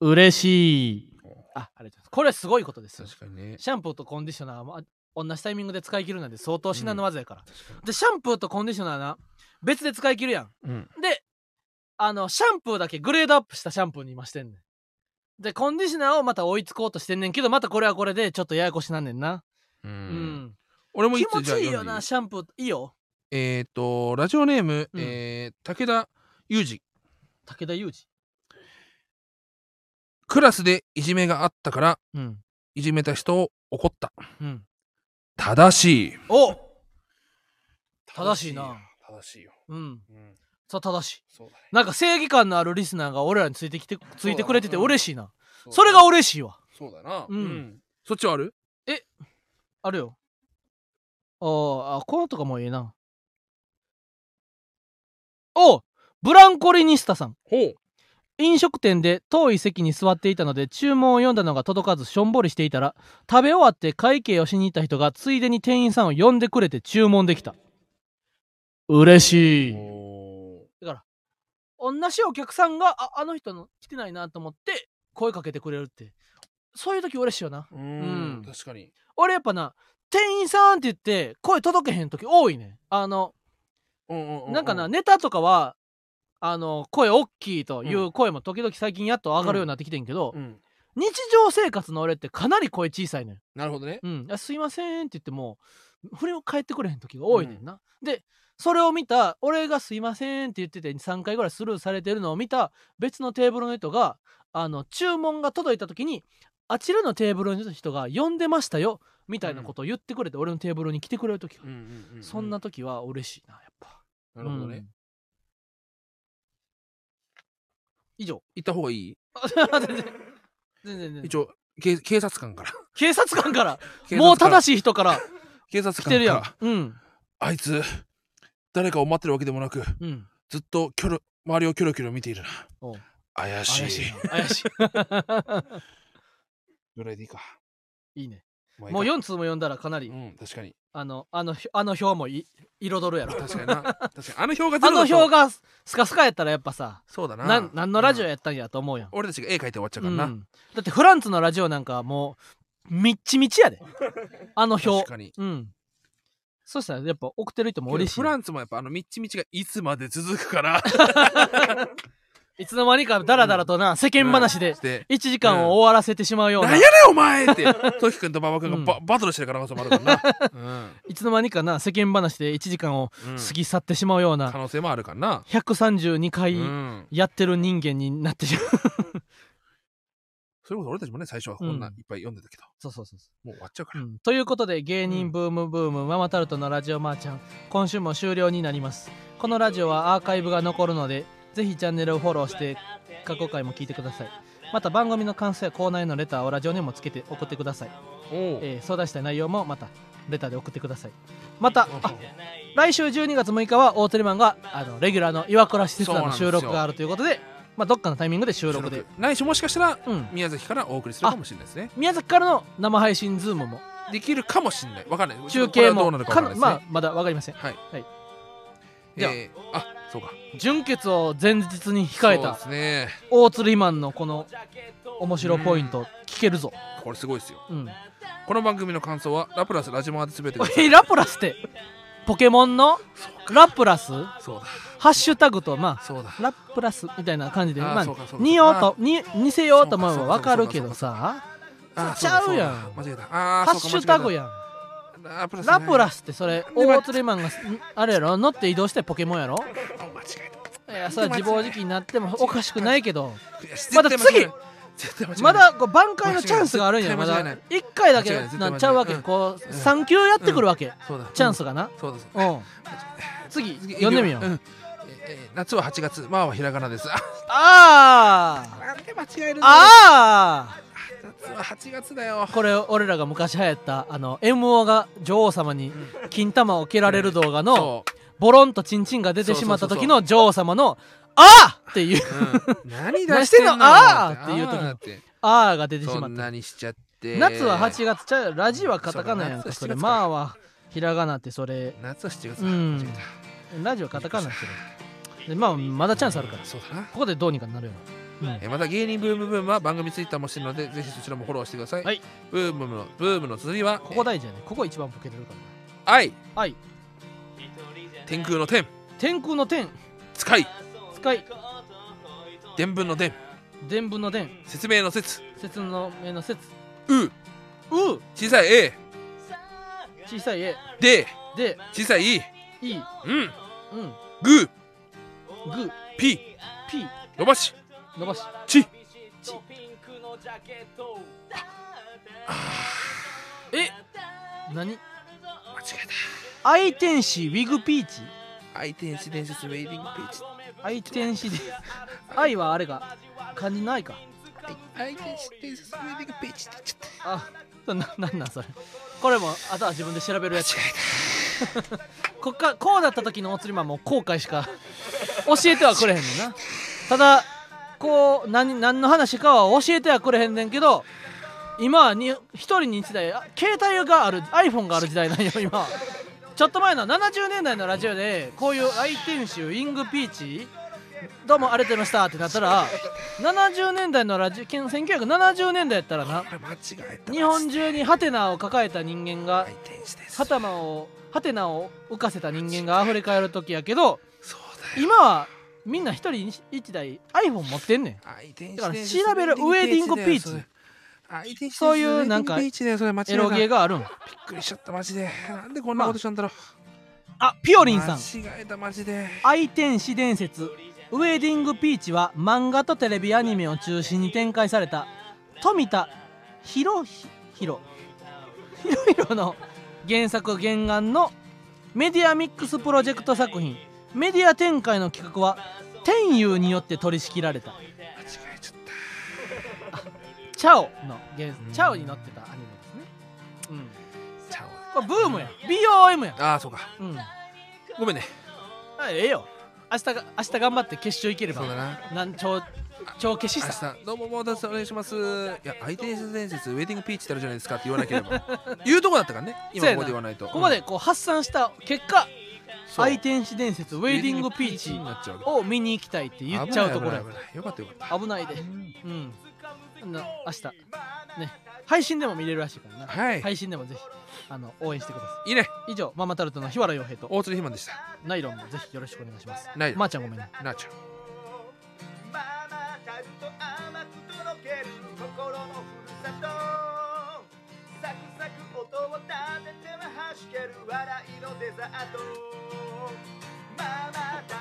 Speaker 1: 嬉しい。あ、ありがとうございます。これはすごいことですよ。
Speaker 2: 確かにね
Speaker 1: シャンプーとコンディショナーもあ同じタイミングで使い切るなんて相当至難の技やから、でシャンプーとコンディショナーな別で使い切るやん
Speaker 2: うん
Speaker 1: であのシャンプーだけグレードアップしたシャンプーに今してんねんでコンディショナーをまた追いつこうとしてんねんけどまたこれはこれでちょっとややこしなんねんな
Speaker 2: う
Speaker 1: うんん、
Speaker 2: 俺も
Speaker 1: 気
Speaker 2: い
Speaker 1: 持
Speaker 2: つじゃあ
Speaker 1: ちいい
Speaker 2: 読
Speaker 1: よ
Speaker 2: んでい
Speaker 1: ないシャンプーいいよ
Speaker 2: えっ、とラジオネーム、
Speaker 1: うん
Speaker 2: えー武田裕二
Speaker 1: 武田裕
Speaker 2: クラスでいじめがあったから
Speaker 1: 二うん
Speaker 2: いじめた人を怒った
Speaker 1: うん
Speaker 2: 正しい
Speaker 1: お正しいな
Speaker 2: 正しいよ、
Speaker 1: うん
Speaker 2: うん、
Speaker 1: そう正しい
Speaker 2: そうだね
Speaker 1: なんか正義感のあるリスナーが俺らについてきてついてくれてて
Speaker 2: そうだな
Speaker 1: 嬉しいな
Speaker 2: うだ
Speaker 1: それが嬉しいわ
Speaker 2: そうだな
Speaker 1: うん
Speaker 2: そっちはある
Speaker 1: あるよ。あーあ、このとかもええな。おうブランコリニスタさん。
Speaker 2: ほう
Speaker 1: 飲食店で遠い席に座っていたので注文を読んだのが届かずしょんぼりしていたら食べ終わって会計をしに行った人がついでに店員さんを呼んでくれて注文できた嬉しい
Speaker 2: お
Speaker 1: だから同じお客さんがああの人の来てないなと思って声かけてくれるってそういう時嬉しいよな
Speaker 2: ーうん
Speaker 1: うん
Speaker 2: 確かに
Speaker 1: 俺やっぱな店員さんって言って声届けへん時多いねあの
Speaker 2: うんうう
Speaker 1: なんかなネタとかはあの声大きいというう声も時々最近やっと上がるようになってきてんけど、
Speaker 2: うん
Speaker 1: 日常生活の俺ってかなり声小さいねん
Speaker 2: なるほどね
Speaker 1: うん、あすいませんって言っても振りを返ってくれへん時が多いねんな、でそれを見た俺が「すいません」って言ってて3回ぐらいスルーされてるのを見た別のテーブルの人があの注文が届いた時にあちらのテーブルの人が呼んでましたよみたいなことを言ってくれて、俺のテーブルに来てくれる時が、
Speaker 2: うんうんうん
Speaker 1: そんな時は嬉しいなやっぱ
Speaker 2: なるほどね、
Speaker 1: うん以 上
Speaker 2: 行った方がいい
Speaker 1: 全然全然全然
Speaker 2: 一応警警察官から
Speaker 1: 警察官から もう
Speaker 2: し
Speaker 1: 正しい人から
Speaker 2: 警察
Speaker 1: 来
Speaker 2: 官
Speaker 1: てる
Speaker 2: か
Speaker 1: や
Speaker 2: ら
Speaker 1: んうん
Speaker 2: あいつ誰かを待ってるわけでもなく
Speaker 1: うん
Speaker 2: ずっとキョロ周りをキョロキョロ見ているな
Speaker 1: おう
Speaker 2: 怪しい
Speaker 1: 怪しいな怪し
Speaker 2: ぐらいでいいか
Speaker 1: いいいね
Speaker 2: まあいいか
Speaker 1: もう4通も読んだらかなり
Speaker 2: うん確かに
Speaker 1: あのあのあの表もい彩るやろ
Speaker 2: 確かにな。確かに。あの表がゼ
Speaker 1: あ
Speaker 2: ロ
Speaker 1: の
Speaker 2: だと
Speaker 1: 表がスカスカやったらやっぱさ
Speaker 2: そうだな。
Speaker 1: なん何のラジオ
Speaker 2: うん
Speaker 1: やったんやと思うやん、
Speaker 2: 俺たちが絵描いて終わっちゃう
Speaker 1: う
Speaker 2: から
Speaker 1: ん
Speaker 2: な。
Speaker 1: だってフランツのラジオなんかもうみっちみち やであの表
Speaker 2: 確かに。
Speaker 1: うんそしたらやっぱ送ってる人も
Speaker 2: けど
Speaker 1: 嬉しい
Speaker 2: フランツもやっぱあのみっちみちがいつまで続くから。
Speaker 1: いつの間にかダラダラとな世間話で
Speaker 2: して。
Speaker 1: 1時間を終わらせてしまうよう
Speaker 2: なん
Speaker 1: な
Speaker 2: やねんお前 って、トキ君と馬場君がバ,、バトルしてる可能性もあるからな。
Speaker 1: いつの間にかな世間話で1時間を
Speaker 2: うん。うん
Speaker 1: 過ぎ去ってしまうような
Speaker 2: 可能性もあるからな。
Speaker 1: 132回
Speaker 2: うん。
Speaker 1: やってる人間になってしま う
Speaker 2: それこそ俺たちもね、最初はこんな
Speaker 1: うん
Speaker 2: いっぱい読んでたけど、
Speaker 1: そうそうそうそう
Speaker 2: もう終わっちゃうか
Speaker 1: う
Speaker 2: ら。
Speaker 1: んということで芸人ブームブーム、ママタルトのラジオマーちゃん今週も終了になりますこのラジオはアーカイブが残るのでぜひチャンネルをフォローして過去回も聞いてくださいまた番組の感想やコーナーへのレターをラジオにもつけて送ってください、
Speaker 2: おう
Speaker 1: えー相談したい内容もまたレターで送ってくださいまた
Speaker 2: うん
Speaker 1: あ来週12月6日は大テレマンがあのレギュラーの岩倉施設さんの収録があるということでまあ、どっかのタイミングで収録で
Speaker 2: ないしもしかしたら
Speaker 1: うん、
Speaker 2: 宮崎からお送りするかもしれないですね。
Speaker 1: 宮崎からの生配信ズームも
Speaker 2: できるかもしれない。わかんない。
Speaker 1: 中継
Speaker 2: これはどう
Speaker 1: も
Speaker 2: なるか
Speaker 1: か
Speaker 2: わかんないです
Speaker 1: ま
Speaker 2: ね。
Speaker 1: あまだわかりません
Speaker 2: はい。
Speaker 1: はい
Speaker 2: えー
Speaker 1: じゃあ
Speaker 2: あ、そうか。
Speaker 1: 純血を前日に控え
Speaker 2: そう
Speaker 1: た
Speaker 2: ですね。
Speaker 1: 大鶴ひまんのこの面白ポイント聞けるぞ、
Speaker 2: これすごいですよ。
Speaker 1: うん、
Speaker 2: この番組の感想は、ラプラスラジマーでつぶやいてくださ
Speaker 1: え
Speaker 2: い。
Speaker 1: ラプラスってポケモンのラプラス
Speaker 2: そう
Speaker 1: ハッシュタグとま
Speaker 2: だ、そうだ
Speaker 1: あ。ラプラスみたいな感じで
Speaker 2: あー
Speaker 1: まあ
Speaker 2: そうかそうか
Speaker 1: 似ようとに似せようと思えば
Speaker 2: そうか
Speaker 1: わかるけ
Speaker 2: そ
Speaker 1: ど
Speaker 2: うかそう
Speaker 1: さ
Speaker 2: あ
Speaker 1: ちゃうやん
Speaker 2: そだ間違えた。あー
Speaker 1: ハッシュタグ。やん
Speaker 2: そうか間違えたラプラスね
Speaker 1: ラプラスってそれ
Speaker 2: で
Speaker 1: 大釣りマンがんあれやろ乗って移動してポケモンやろ
Speaker 2: あ間違え
Speaker 1: いやそれは自暴自棄になってもおかしくないけど
Speaker 2: た悔しい。
Speaker 1: まだ
Speaker 2: 絶対間違えない絶対間違えない
Speaker 1: まだこう挽回のチャンスがあるんや
Speaker 2: 間
Speaker 1: ま
Speaker 2: 違いな
Speaker 1: だ
Speaker 2: い
Speaker 1: 1回だけ
Speaker 2: 間違いない絶対間違い
Speaker 1: な
Speaker 2: なんい
Speaker 1: ちゃうわけ
Speaker 2: うん
Speaker 1: こう
Speaker 2: うん
Speaker 1: 3球やってくるわけ
Speaker 2: そうだ。
Speaker 1: チャンスがな
Speaker 2: うん。そうだ。そうだ
Speaker 1: うん次読んでみよう
Speaker 2: うんえー夏は8月、まあはひらがなです。あ
Speaker 1: あー
Speaker 2: なんで間違えるんだよ
Speaker 1: あ
Speaker 2: 夏は8月だよ
Speaker 1: ー。これ俺らが昔流行ったあの MO が女王様に金玉を蹴られる動画の
Speaker 2: そ
Speaker 1: ボロンとチンチンが出てしまった時の女王様の「あー!」って いう
Speaker 2: う。 うん、何出
Speaker 1: 何
Speaker 2: してんの
Speaker 1: してんのあーっていう時
Speaker 2: あーって
Speaker 1: 「あー」が出てし
Speaker 2: そ
Speaker 1: まっ
Speaker 2: ん
Speaker 1: た
Speaker 2: なにしちゃって
Speaker 1: 夏は8月ちゃうラジはカタカナやんか
Speaker 2: そ
Speaker 1: そう
Speaker 2: 夏
Speaker 1: れ
Speaker 2: は7月か
Speaker 1: まあはひらがなってそれ
Speaker 2: 夏は7月
Speaker 1: うん
Speaker 2: 間違えた
Speaker 1: ラジはカタカナやけどでまあまだチャンスあるから
Speaker 2: そうだな
Speaker 1: ここでどうにかなるよな、うん
Speaker 2: えーまた芸人ブームブームは番組ツイッターもしてるのでぜひそちらもフォローしてください、
Speaker 1: はい
Speaker 2: ブームのブームの綴りは
Speaker 1: ここ大事やねここ一番ボケてるから
Speaker 2: 「愛
Speaker 1: なはい
Speaker 2: 天空の天
Speaker 1: 天空の天
Speaker 2: 使い
Speaker 1: 使い
Speaker 2: 伝文の伝
Speaker 1: 伝文の伝
Speaker 2: 説明の説
Speaker 1: 節の目の節
Speaker 2: う
Speaker 1: う
Speaker 2: 小さい A
Speaker 1: 小さいえ
Speaker 2: で
Speaker 1: で
Speaker 2: 小さい E
Speaker 1: いい
Speaker 2: うん
Speaker 1: うん
Speaker 2: グー
Speaker 1: ぐ
Speaker 2: ピ
Speaker 1: ピ
Speaker 2: 伸ばし
Speaker 1: 伸ばし
Speaker 2: ち
Speaker 1: ちえ何
Speaker 2: 間違え
Speaker 1: 愛天使ウィグピーチ
Speaker 2: た愛天使伝説ウェイディングピーチ
Speaker 1: 愛天使で愛はあれが漢字ないか
Speaker 2: 愛天使伝説ウェイディングピーチって言っちゃっ
Speaker 1: あななんなんそれこれもあとは自分で調べるやつ
Speaker 2: た間違え
Speaker 1: こっかこうだった時のお釣りマンも後悔しか教えてはくれへんねんなただこう何何の話かは教えてはくれへんねんけど今はに一人に一台あ携帯がある iPhone がある時代なんよ今ちょっと前の70年代のラジオでこういう「愛天使ウイングピーチ」どうもありがとうございましたってなったら70年代のラジオ1970年代やったらな
Speaker 2: たこれ間違えた
Speaker 1: 日本中にハテナを抱えた人間が
Speaker 2: 愛天使です
Speaker 1: ハ
Speaker 2: そうだ
Speaker 1: タマをハテナを浮かせた人間が溢れ返る時やけど
Speaker 2: よ
Speaker 1: 今はみんな一人一台 iPhone 持ってんねん
Speaker 2: 愛天使
Speaker 1: だから調べるウェディングピーチ
Speaker 2: 愛天使
Speaker 1: そういうなんか
Speaker 2: ウェディングピーチだよそれ間違え
Speaker 1: エロゲ
Speaker 2: たび
Speaker 1: ー
Speaker 2: っ
Speaker 1: があるん
Speaker 2: くりしちゃったマジでなんでこんなことしたんだろう
Speaker 1: あピオリンさん
Speaker 2: 間違えたマジで
Speaker 1: 「愛天使伝説ウェディングピーチ」は漫画とテレビアニメを中心に展開された富田博弘広広の原作原案のメディアミックスプロジェクト作品メディア展開の企画は天佑によって取り仕切られた
Speaker 2: 間違えちゃっ
Speaker 1: チャオの原チャオに載ってたアニメですね。
Speaker 2: たちゃ
Speaker 1: うん。これブームや。BOM や。
Speaker 2: おああそうか
Speaker 1: うん。あ
Speaker 2: ごめんね
Speaker 1: ええよ。明日が明日頑張って決勝行けれ
Speaker 2: そうだ
Speaker 1: ば。
Speaker 2: な
Speaker 1: なんちょう帳消し
Speaker 2: 明
Speaker 1: さ
Speaker 2: 日どうももうお願いしますいや相手伝説ウェディングピーチってあるじゃないですかって言わなけ れば言うとこだったからね今
Speaker 1: そうやな
Speaker 2: ここで言わないと
Speaker 1: ここまでこう発散した結果
Speaker 2: そう
Speaker 1: 愛天使伝説ウェディングピーチ
Speaker 2: になっちゃう
Speaker 1: を見に行きたいって言っちゃうところや
Speaker 2: 危ない危ないよかったよかっ
Speaker 1: 危ないでうんな明日ね配信でも見れるらしいからな、
Speaker 2: たはい、
Speaker 1: 配信でもぜひあの応援してくださ
Speaker 2: いいね
Speaker 1: い以上ママタルトの日原洋平と
Speaker 2: 大鶴ひまんでした
Speaker 1: ナイロンもぜひよろしくお願いします
Speaker 2: ナイロン
Speaker 1: まー、ちゃんごめんね
Speaker 2: なあちゃん
Speaker 4: ママタルト甘くとろける心のふるさとサクサク音を立てては弾ける笑いのデザートママタ